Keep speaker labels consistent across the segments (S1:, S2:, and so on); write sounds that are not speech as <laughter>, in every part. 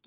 S1: เก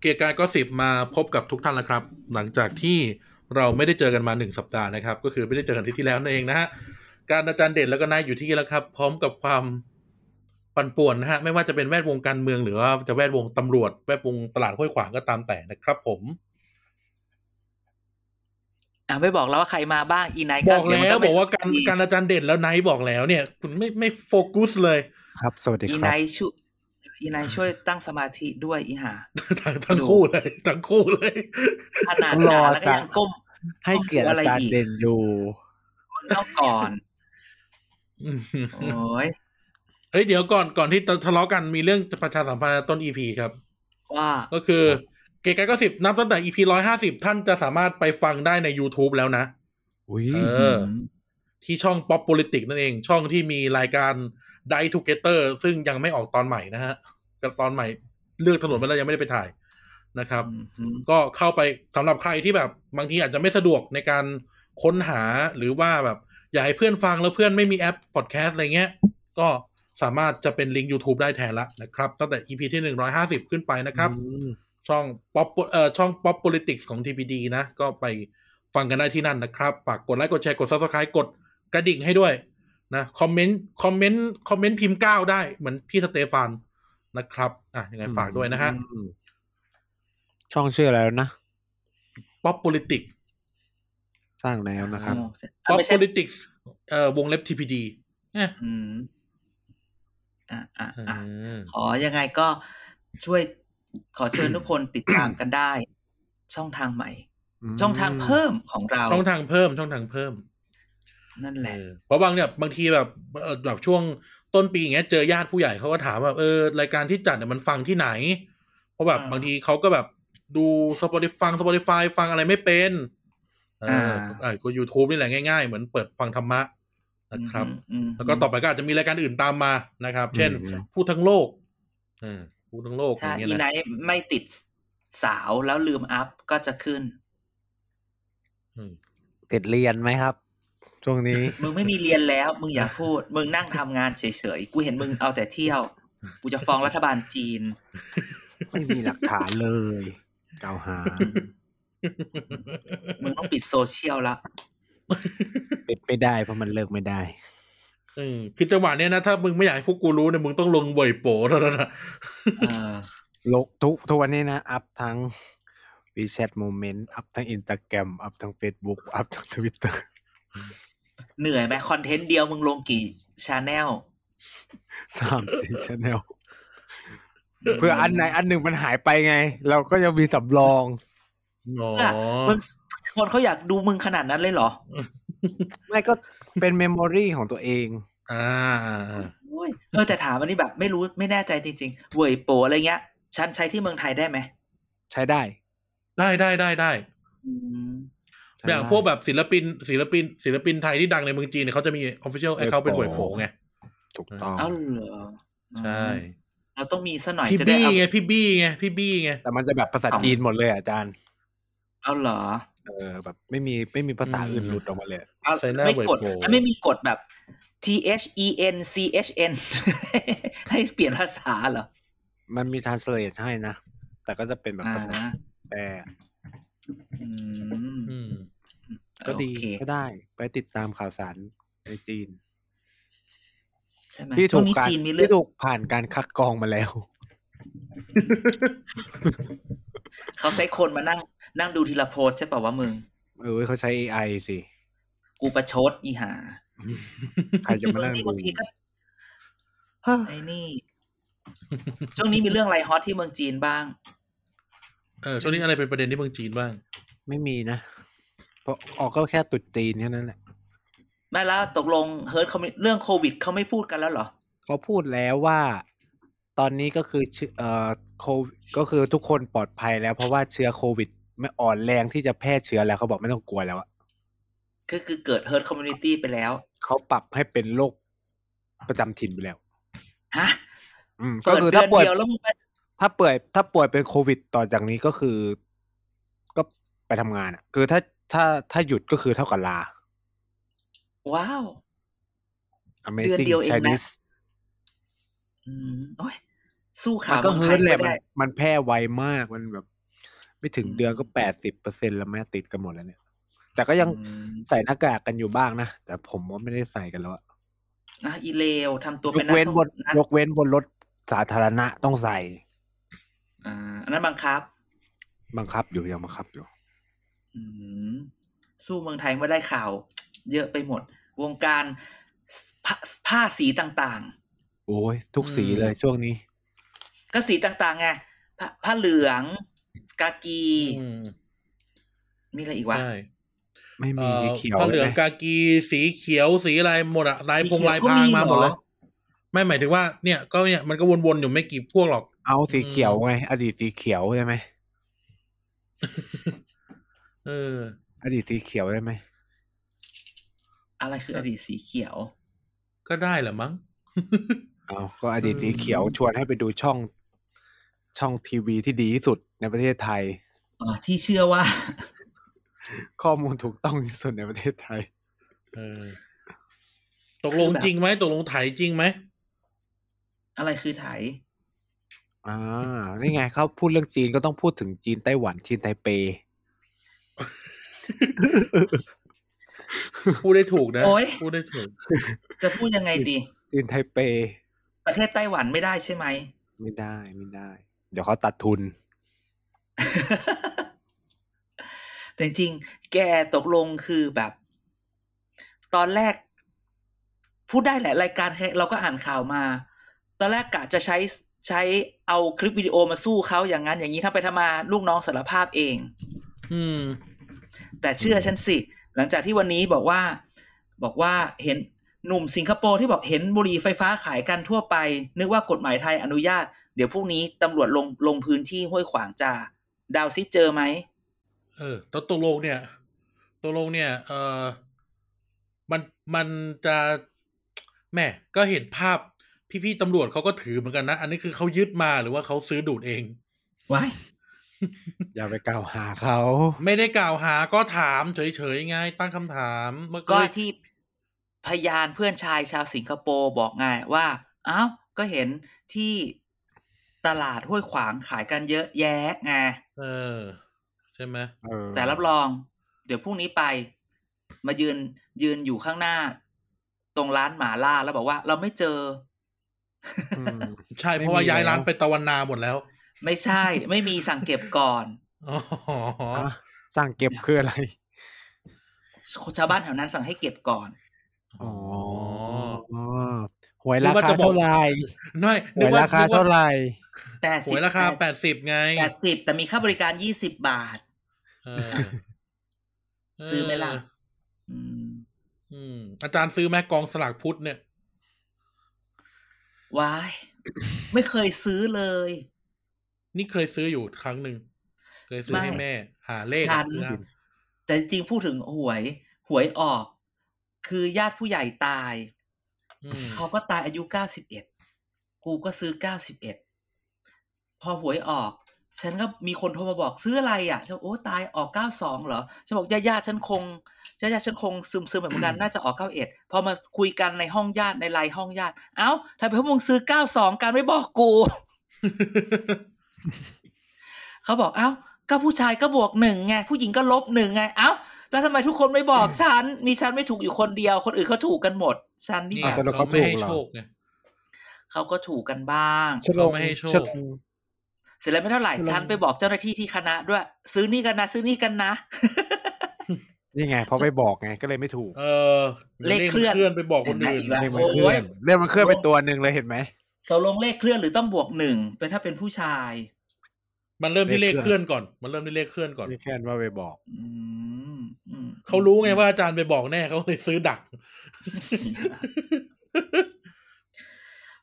S2: เกียร์กายก็สิบมาพบกับทุกท่านแล้วครับ หลังจากที่เราไม่ได้เจอกันมาหนึ่งสัปดาห์นะครับ ก็คือไม่ได้เจอกันอาที่ที่แล้วนั่นเองนะฮะการอาจารย์เด่นแล้วก็นายอยู่ที่นี่แล้วครับ พร้อมกับความปั่นป่วนนะฮะไม่ว่าจะเป็นแวดวงการเมืองหรือว่าจะแวดวงตำรวจแวดวงตลาดห้วยขวางก็ตามแต่นะครับ ผม
S1: อ่ะไม่บอกแล้วว่าใครมาบ้างอีไนท์
S2: บอก
S1: เดี๋ย
S2: แล้
S1: มั
S2: ว
S1: นไม่
S2: บอกว่าการการอาจารย์เด่นแล้วนายบอกแล้วเนี่ย คุณไม่ไม่โฟกัสเลย <laughs>
S3: ครับ สวัสดี
S1: อี
S3: ค
S1: ไน
S3: รับ
S1: ท์ช่วยอีไนท์ช่วยตั้งสมาธิด้วยอีหา
S2: ทั้งทั้งคู่เลยทั้งคู่เลย <laughs>
S1: ขนาด
S3: ร
S1: ด่า
S3: อ
S1: แล้วก็
S3: จ้ะ
S1: ยังก้ม
S3: ให้เกียรติอาจารย์เด่นอยู่
S1: มันต้องก่อน โอ้ย
S2: เฮ้ยเดี๋ยวก่อนก่อนที่จะทะเลาะกันมีเรื่องประชาสัมพันธ์ต้น EP ครับ
S1: ว่า
S2: ก็คือ เกย์กายก็สิบนับตั้งแต่ EP ร้อยห้าสิบท่านจะสามารถไปฟังได้ใน YouTube แล้วนะ
S3: อุ้ย
S2: เออ ที่ช่อง Pop Politics นั่นเอง ช่องที่มีรายการ Die Together ซึ่งยังไม่ออกตอนใหม่นะฮะกับตอนใหม่เลือกถนนมาแล้วยังไม่ได้ไปถ่ายนะครับ
S1: อืม
S2: ก็เข้าไปสำหรับใครที่แบบบางทีอาจจะไม่สะดวกในการค้นหาหรือว่าแบบ อยากให้เพื่อนฟังแล้วเพื่อนไม่มีแอปพอดแคสต์อะไรเงี้ย ก็สามารถจะเป็นลิงก์ YouTube ได้แทนละนะครับ ตั้งแต่ EP ที่ 150 ขึ้นไปนะครับ ช่อง pop เอ่อช่อง pop politics ของ TPD นะ ก็ไปฟังกันได้ที่นั่นนะครับฝากกดไลค์กดแชร์กด subscribe กดกระดิ่งให้ด้วยนะคอมเมนต์คอมเมนต์คอมเมนต์พิมพ์ก้าวได้เหมือนพี่สเตฟานนะครับอ่ะยังไงฝากด้วยนะฮะ
S3: อืมช่องชื่ออะไรแล้วนะ
S2: pop politics
S3: สร้างแล้วนะครับ
S1: งงเสร็จอ่ะ
S2: pop
S1: ไม่ใช่
S2: politics เอ่อวงเล็บ TPD เนี่ย
S1: อืมอ่ะอ่ะ
S2: เอ
S1: อ่ะ
S2: อ
S1: ขอยังไงก็ช่วยขอเชิญทุกคนติดตามกันได้ ช่องทางใหม่ ช่องทางเพิ่มของเรา
S2: ช่องทางเพิ่มช่องทางเพิ่ม
S1: นั่นแหละ
S2: เออเพราะบางเนี่ยบางทีแบบเอ่อแบบช่วงต้นปีอย่างเงี้ยเจอญาติผู้ใหญ่เขาก็ถามว่าเออรายการที่จัดเนี่ยมันฟังที่ไหน เพราะแบบบางทีเขาก็แบบดูสปอติฟังสปอติฟาฟังอะไรไม่เป็นเออเออก็ยูทูบนี่แหละง่ายๆ เหมือนเปิดฟังธรรมะนะครับ
S1: อืมม
S2: แล้วก็ต่อไปก็อาจจะมีรายการอื่นตามมานะครับ เช่น
S3: อืม
S2: พูดทั้งโลกเออพูดทั้งโลกอ
S1: ถ้า
S2: ย่างเงี้ย
S1: อีไน
S2: นะ
S1: ท์ไม่ติดสาวแล้วลืมอัพก็จะขึ้น
S2: อืม <laughs>
S3: ติดเรียนไหมครับ ช่วงนี้ <laughs>
S1: มึงไม่มีเรียนแล้ว มึงอย่าพูด มึงนั่งทำงานเฉยๆ กูเห็นมึงเอาแต่เที่ยว กูจะฟ้องรัฐบาลจีน
S3: ไม่มีหลักฐานเลย กล่าวห <laughs> า
S1: มึงต้องปิดโซเชียลละ
S3: เป็นไม่ได้เพราะมันเลิกไม่ได้
S2: เออคือจังหวะเนี้ยนะ ถ้ามึงไม่อยากให้พวกกูรู้เนี่ยมึงต้องลงเว่ยโป๋เท่า <laughs> นั้นนะ
S1: เออ
S3: ลกทุกทุกวันนี้นะ อัพทั้ง WeChat Moment อัพทั้ง Instagram อัพทั้ง Facebook อัพทั้ง Twitter <laughs>
S1: เหนื่อยไหมคอนเทนต์เดียวมึงลงกี่ชาแนล
S3: สามสี่ชแนลเพื่ออันไหนอันหนึ่งมันหายไปไง เราก็ยังมีสำรอง
S2: อ๋อ
S1: เพื่อมึงคนเขาอยากดูมึงขนาดนั้นเลยเหรอ
S3: ไม่ก็เป็นเมมโมรีของตัวเอง
S2: อ่า
S1: โอ้ยเออแต่ถามอันนี้แบบ ไม่รู้ไม่แน่ใจจริงๆเว่ยโปอะไรเงี้ย ฉันใช้ที่เมืองไทยได้ไหม
S3: ใช้ได้
S2: ได้ได้ได้ได้
S1: อืม
S3: ใช้ได้
S2: อย่างพวกแบบศิลปิน ศิลปิน ศิลปินไทยที่ดังในเมืองจีนเนี่ยเขาจะมี official
S3: เว่ยโป๋
S2: account เป็นเว่ยโป๋ไง
S3: ถูกต้อง
S1: เอ้าเหรอ
S2: ใช่
S1: เราต้องมีซะหน่อย
S2: พี่
S1: จะได้
S2: บี้
S1: เอา
S2: ไงพี่บี้ไงพี่บี้ไง
S3: แต่มันจะแบบภาษาจีนหมดเลยอ่ะอาจารย์
S1: เอาเหรอ
S3: เออแบบไม่มีไม่มีภาษาอื่นหลุดออกมาเลย
S1: เอา
S2: ใส่หน้า
S1: ไม่
S2: เว่ย
S1: กด
S2: โป๋
S1: ถ้าไม่มีกดแบบ T H E N C H N <laughs> ให้เปลี่ยนภาษาเหรอ
S3: มันมี translate ให้นะ แต่ก็จะเป็นแบบ
S1: อ่า
S3: ภาษาแปล
S1: อืม
S2: อืม
S3: ก็ดี
S1: โอเค
S3: ก็ได้ ไปติดตามข่าวสารในจีน
S1: ใช่ไหม
S3: ที่
S1: ช่
S3: ถู
S1: วง
S3: ก
S1: นี้
S3: การ
S1: จีนมีเรื่อ
S3: ที่
S1: ง
S3: ถูกผ่านการคัดกรองมาแล้ว
S1: เขาใช้คนมานั่ง นั่งดูทีละโพสต์ใช่ป่าวว่ามึง
S3: เออเขาใช้ AI สิ
S1: กูประชดอีหา
S3: ใครจะมา
S1: เรื่อง
S3: นั่ง
S1: นี้
S3: ดู
S1: บางทีก็
S3: ฮะ
S1: ไอ้นี่ <laughs> ช่วงนี้มีเรื่องอะไรฮอตที่เมืองจีนบ้าง
S2: เออช่วงนี้อะไรเป็นประเด็นที่เมืองจีนบ้าง
S3: ไม่มีนะ เพราะออกก็แค่ตุดจีนแค่นั้นแหละ
S1: ไม่แล้วตกลงเฮิร์ตเขาไม่เรื่องโควิดเขาไม่พูดกันแล้วเหรอ
S3: เขาพูดแล้วว่า ตอนนี้ก็คือเชื้อเอ่อโควิดก็คือทุกคนปลอดภัยแล้ว เพราะว่าเชื้อโควิด ไม่อ่อนแรงที่จะแพร่เชื้อแล้วเขาบอกไม่ต้องกลัวแล้วอะ
S1: ก็คือเกิด herd community ไปแล้ว
S3: เขาปรับให้เป็นโรคประจำถิ่นไปแล้ว
S1: ฮะ
S3: อืมก็
S1: เปิด
S3: คื
S1: เดื
S3: อถ้า
S1: อน
S3: ป่วย
S1: เดียวแล้วมึงไป
S3: ถ้าป่วย ถ้าป่วยเป็นโควิดต่อจากนี้ก็คือ ก็ไปทำงานอะคือถ้าถ้าถ้าหยุดก็คือเท่ากับลา
S1: ว้าว เดือน
S3: Amazing
S1: เดียวเองนะ
S3: Chinese
S1: อืมโอ้ยสู้
S3: มั
S1: ขานว
S3: ก็
S1: เมือง
S3: เฮิ
S1: ไท
S3: ร์
S1: ย
S3: ตแหละ
S1: ไม่
S3: มัน
S1: ได้
S3: มันแพร่ไวมากมันแบบ ไม่ถึง
S1: อืม
S3: เดือนก็แปดสิบเปอร์เซ็นต์แล้วแม่ติดกันหมดแล้วเนี่ย แต่ก็ยัง
S1: อืม
S3: ใส่หน้ากากกันอยู่บ้างนะ แต่ผมว่าไม่ได้ใส่กันแล้วอะ
S1: อ่ะอีเลวทำตัวย เป็น
S3: ก
S1: นัก
S3: เว้น
S1: ท่อง
S3: บน
S1: นัก
S3: ยกเว้นบนรถสาธารณะต้องใส่
S1: อ่าอันนั้นบังคับ
S3: บังคับอยู่ยังบังคับอยู่
S1: อืมสู้เมืองไทยไม่ได้ข่าว เยอะไปหมด วงการผ้าผ้าสีต่าง
S3: โอ้ยทุกสี
S1: อืม
S3: เลยช่วงนี้
S1: ๆ ก็สีต่างๆไงผ้าผ้าเหลือง กากี
S2: อืม
S1: มีอะไรอีกวะ
S2: ใช่
S3: ไม่มี
S2: เอ่อ
S3: สีเขียว
S2: ผ้าเหลือง
S3: ใช่ไม
S2: กากีสีเขียวสีอะไรหมดอะลายพง
S1: สีเขียว
S2: ลายพ
S1: ก็
S2: ราม งมาหมด
S1: เหรอ
S2: เลยไม่หมายถึงว่าเนี่ยก็เนี่ยมันก็วนๆอยู่ไม่กี่พวกหรอก
S3: เอาสีเขียวไงอดีตสีเขียวใช่ไหม
S2: เออ
S3: อดีตสีเขียวได้ไหม
S1: อะไรคืออดีตสีเขียว
S2: ก็ได้แหละมั้ง
S3: เอาก็อดีตสีเขียวชวนให้ไปดูช่องช่องทีวีที่ดีที่สุดในประเทศไทย
S1: อ๋อที่เชื่อว่า <laughs>
S3: ข้อมูลถูกต้องที่สุดในประเทศไทย
S2: เออ ตกลงจริงไหมตกลงไถจริงไหม
S1: อะไรคือไถ
S3: อ่า นี่ไงเขาพูดเรื่องจีนก็ต้องพูดถึงจีนไต้หวันจีนไท
S2: <laughs>
S3: เป
S2: พูดได้ถูกนะ
S1: โอ๊ย
S2: พูดได้ถูก
S1: จะพูดยังไงดี
S3: จีนไทเป
S1: ประเทศไต้หวันไม่ได้ใช่ไหม
S3: ไม่ได้ไม่ได้ เดี๋ยวเขาตัด <laughs> ทุน
S1: <laughs> แต่จริงๆแกตกลงคือแบบ ตอนแรก พูดได้แหละรายการเราก็อ่านข่าวมา ตอนแรกกะจะใช้ใช้เอาคลิปวิดีโอมาสู้เขาอย่างนั้น อย่างนี้ถ้าไปทำมาลูกน้องสารภาพเอง
S2: อืม
S1: แต่เชื่อฉันสิ หลังจากที่วันนี้บอกว่า บอกว่าเห็นหนุ่มสิงคโปร์ที่บอกเห็นบุหรี่ไฟฟ้าขายกันทั่วไป นึกว่ากฎหมายไทยอนุญาต เดี๋ยวพรุ่งนี้ตำรวจลงลงพื้นที่ห้วยขวางจ้าดาวซิเจอไหม
S2: เออตตกลงเนี่ยตกลงเนี่ย เออมันมันจะแหม่ก็เห็นภาพพี่ๆตำรวจเขาก็ถือเหมือนกันนะ อันนี้คือเขายึดมาหรือว่าเขาซื้อดูดเอง
S1: ว้าย
S3: อย่าไปกล่าวหาเขา
S2: ไม่ได้กล่าวหาก็ถามเฉยๆไงตั้งคำถามเมื่อ
S1: ก็
S2: กี้
S1: ที่พยานเพื่อนชายชาวสิงคโปร์บอกไงว่า เอ้า ก็เห็นที่ตลาดห้วยขวางขายกันเยอะแยะไง
S2: เออ ใช่ไหม
S3: เออ
S1: แต่รับรอง เดี๋ยวพรุ่งนี้ไป มายืนยืนอยู่ข้างหน้า ตรงร้านหมาล่าแล้วบอกว่า เราไม่เจอ
S3: อืม
S2: ใช่
S3: ไม่
S2: เพราะว่า
S3: มี
S2: ย้ายร้าน
S3: แล้ว
S2: ไปตะวันนาหมดแล้ว
S1: ไม่ใช่
S2: <laughs>
S1: ไม่มีสั่งเก็บก่อน
S2: อ๋อ
S3: อ่ะสร้างเก็บคืออะไร
S1: ชาวบ้านแถวนั้นสั่งให้เก็บก่อน
S3: อ๋
S2: อ๋
S3: อ
S2: อ
S3: อ๋อหวยรา
S2: นึกว่า
S3: คา
S2: จะบอก
S3: เท่าไหร่
S2: น้อย
S3: ห
S2: นึก
S3: วย
S2: ว่า
S3: ราคา
S2: นึกว่
S3: เท่าไหร่
S1: แต่
S2: ห
S1: สิ
S2: วยราคาแปดสิบไง
S1: แปดสิบแต่มีค่าบริการยี่สิบบาท
S2: เออ
S1: ซื้อไหมล่ะ
S2: เ
S1: อืม
S2: อืม อาจารย์ซื้อไหมกองสลากพุทธเนี่ย
S1: ว้าย ไม่เคยซื้อเลย
S2: นี่เคยซื้ออยู่ครั้งหนึ่ง เคยซื้อให้
S1: ไม่
S2: แม่ หาเลข
S1: ฉัน
S2: ซื้อครับ
S1: แต่จริงๆพูดถึงหวย หวยออก คือญาติผู้ใหญ่ตาย
S2: อืม
S1: เขาก็ตายอายุเก้าสิบเอ็ด กูก็ซื้อเก้าสิบเอ็ด พอหวยออก ฉันก็มีคนโทรมาบอกซื้ออะไรอ่ะ ฉันบอกโอ้ตายออกเก้าสองเหรอ ฉันบอกญาติญาติๆฉันคงญาติญาติๆฉันคงซึมซึมๆเหมือนกัน น่าจะออกเก้าเอ็ด พอมาคุยกันในห้องญาติในไลน์ห้องญาติ เอ้าทำไมพวกมึงซื้อเก้าสองกันไม่บอกกู เขาบอกเอ้า ก็ผู้ชายก็บวกหนึ่งไง ผู้หญิงก็ลบหนึ่งไง เอ้า แล้วทำไมทุกคนไม่บอกฉัน มีฉันไม่ถูกอยู่คนเดียว คนอื่นเขาถูกกันหมด ฉันนี่
S2: นี่
S1: แบ
S3: ะ
S1: บ
S3: สรุป
S2: เขา
S3: เขา
S2: ไม่ให้
S3: ถูกเห
S2: โชค
S3: รอ
S2: ไง
S1: เขาก็ถูกกันบ้าง
S3: ชะลง
S2: ไม่ให้โชค
S3: ชะลง
S1: เสร็จแล้วไม่เท่าไหร่
S3: คือเรา
S1: ฉันไปบอกเจ้าหน้าที่ที่คณะด้วย ซื้อนี่กันนะ ซื้อนี่กันนะ
S3: นี่ไงเพราะไปบอกไงก็เลยไม่ถูก
S2: เออดี๋ยว
S1: เลขเคลื่อน
S2: มัลื่อนไปบอกคนอื่น
S1: เห็นไหมอีกแล้ว
S3: เรื่องมันเคลื่อนเรื่องมันเคลื่อนไปตัวหนึ่งเลยเห็นไหม
S1: ตกลงเลขเคลื่อนหรือต้องบวกหนึ่งเป็นถ้าเป็นผู้ชาย
S2: มันเริ่มที่เลข
S3: เลข
S2: เค
S3: เคลื่
S2: ลื่อ
S3: อน น
S2: ก่อน มันเริ่มที่เลขเคลื่อนก่อน
S3: นี่แค่ว่าไปบอก
S1: อืมอืม
S2: เขารู้ไงว่าอาจารย์ไปบอกแน่เขาเลยซื้อดัก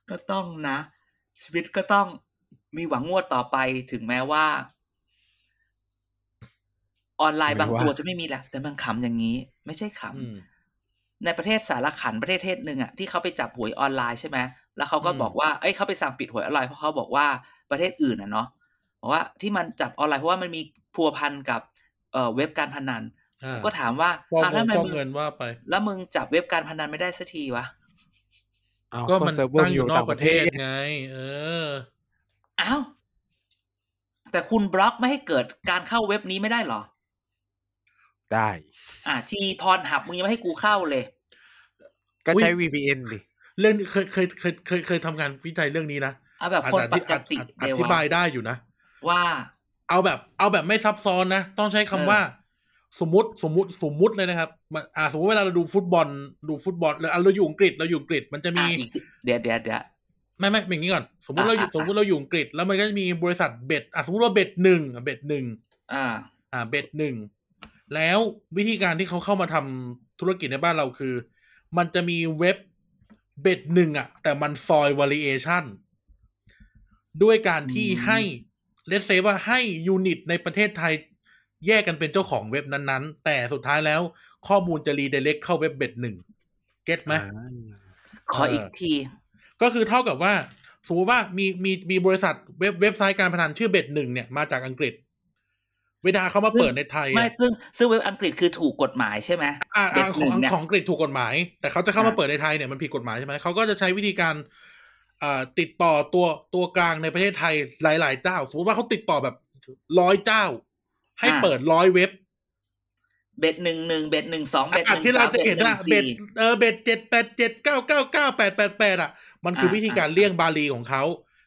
S1: ก็ต้องนะ ชีวิตก็ต้องมีหวังงวดต่อไปถึงแม้ว่า ออนไลน์
S3: ไม่
S1: บาง
S3: ว่า
S1: ตัวจะไม่มีแหละ แต่มันขำอย่างนี้ ไม่ใช่ข
S2: อืม
S1: ำในประเทศสารขันประเทศเทศหนึ่งอ่ะที่เขาไปจับหวยออนไลน์ใช่ไหมแล้วเขาก็
S2: อืม
S1: บอกว่าเอ้ยเขาไปสั่งปิดหวยออนไลน์เพราะเขาบอกว่าประเทศอื่นอ่ะเนาะบอกว่าที่มันจับออนไลน์เพราะว่ามันมีพัวพันกับเอ่อเว็บการพนัน
S2: อ่า
S1: ก็ถามว่า
S2: ฟอก
S1: อ่ะ
S2: เงิ
S1: แล้
S2: น
S1: วทำไม
S2: ฟอก
S1: มึง
S2: เงินว่าไป
S1: แล้วมึงจับเว็บการพนันไม่ได้สักทีวะ
S3: เอา
S2: ก็มัน
S3: เซิร์ฟเวอ
S2: ตั้
S3: ร์
S2: ง
S3: อ
S2: อยู่ ยู่นอ
S3: ต่าก ง
S2: ป
S3: ประ ระ
S2: เท
S3: เท
S2: ศ
S3: ศ
S2: ไง เออ
S1: อ้าว แต่คุณบล็อกไม่ให้เกิดการเข้าเว็บนี้ไม่ได้เหรอ
S3: ได้
S1: อ่าทีพรหับมึงยังไม่ให้กูเข้าเลย
S3: ก็ใช้
S2: อุ๊ย
S3: VPN ดิ
S2: เรื่องนี้เคยเคยเคยเคยเคยทำงานวิจัยเรื่องนี้นะ
S1: เอาแบบ
S2: อาจ
S1: คน
S2: จะ
S1: ป
S2: ที่
S1: ก
S2: อาจ
S1: ติ
S2: อาจอ
S1: เด
S2: ธิบา
S1: ว่าย
S2: ได้อยู่นะ
S1: ว่า
S2: เอาแบบเอาแบบไม่ซับซ้อนนะ ต้องใช้คำว่า สมมติสมมติสมมติเลยนะครับมันอ่าสมมติเวลาเราดูฟุตบอลดูฟุตบอลหรืออ่ะเราอยู่อังกฤษเราอยู่อังกฤษมันจะ
S1: อ่ะ
S2: มี
S1: อีกเดี๋ยวเดี๋ยวเดี๋ยว
S2: ไม่ไม่เป็นอย่างนี้ก่อน สมมติเราอยู่
S1: อ่ะอ่ะ
S2: สมมติเราอยู่อังกฤษแล้วมันก็จะมีบริษัทเบ็ดอ่ะสมมติว่าเบ็ดหนึ่งอ่ะเบ็ดหนึ่ง
S1: อ่า
S2: อ่าเบ็ดหนึ่งแล้ววิธีการที่เขาเข้ามาทำธุรกิจในบ้านเราคือ มันจะมีเว็บเบ็ดหนึ่งอ่ะ แต่มันซอย variation ด้วยการที่
S1: อืม
S2: ให้เลสเซว่าให้ยูนิตในประเทศไทย แยกกันเป็นเจ้าของเว็บนั้นๆ แต่สุดท้ายแล้วข้อมูลจะรีเดเล็กเข้าเว็บเบ็ดหนึ่งเก็ตไหม
S1: ขออีก
S2: เออ
S1: ที
S2: ก็คือเท่ากับว่าสมมติว่ามีมีมีบริษัทเว็บเว็บไซต์การพนันชื่อเบ็ดหนึ่งเนี่ยมาจากอังกฤษ เวลาเขามาเปิดในไทย
S1: ไม่
S2: อะ
S1: ซึ่งซึ่งเว็บอังกฤษคือถูกกฎหมายใช่ไหม
S2: อ่า
S1: เบ็ด
S2: ข
S1: หนึ่
S2: อง
S1: งเนี่ย
S2: ของอังกฤษถูกกฎหมาย แต่เขาจะเข้ามาเปิดในไทยเนี่ยมันผิดกฎหมายใช่ไหมเขาก็จะใช้วิธีการอ่าติดต่อตัวตัวกลางในประเทศไทยหลาย ๆ เจ้า สมมติว่าเขาติดต่อแบบร้อยเจ้า ให้เปิดร้อยเว็บ
S1: เบ็ดหนึ่งหนึ่งเบ็ดหนึ่งสองเบ็ดห
S2: อ่ะ
S1: นึ่ง
S2: ที่
S1: สา
S2: เรา
S1: ม
S2: จะ
S1: เบ็ด
S2: เห็น
S1: หนึ่
S2: นะ
S1: ง
S2: เบ็ด
S1: สี่
S2: เออเบ็ดเจ็ดแปดเจ็ดเก้าเก้าเก้าแปดแปดแปดอ่ะ มันคือวิธีการเลี่ยงบาลีของเขา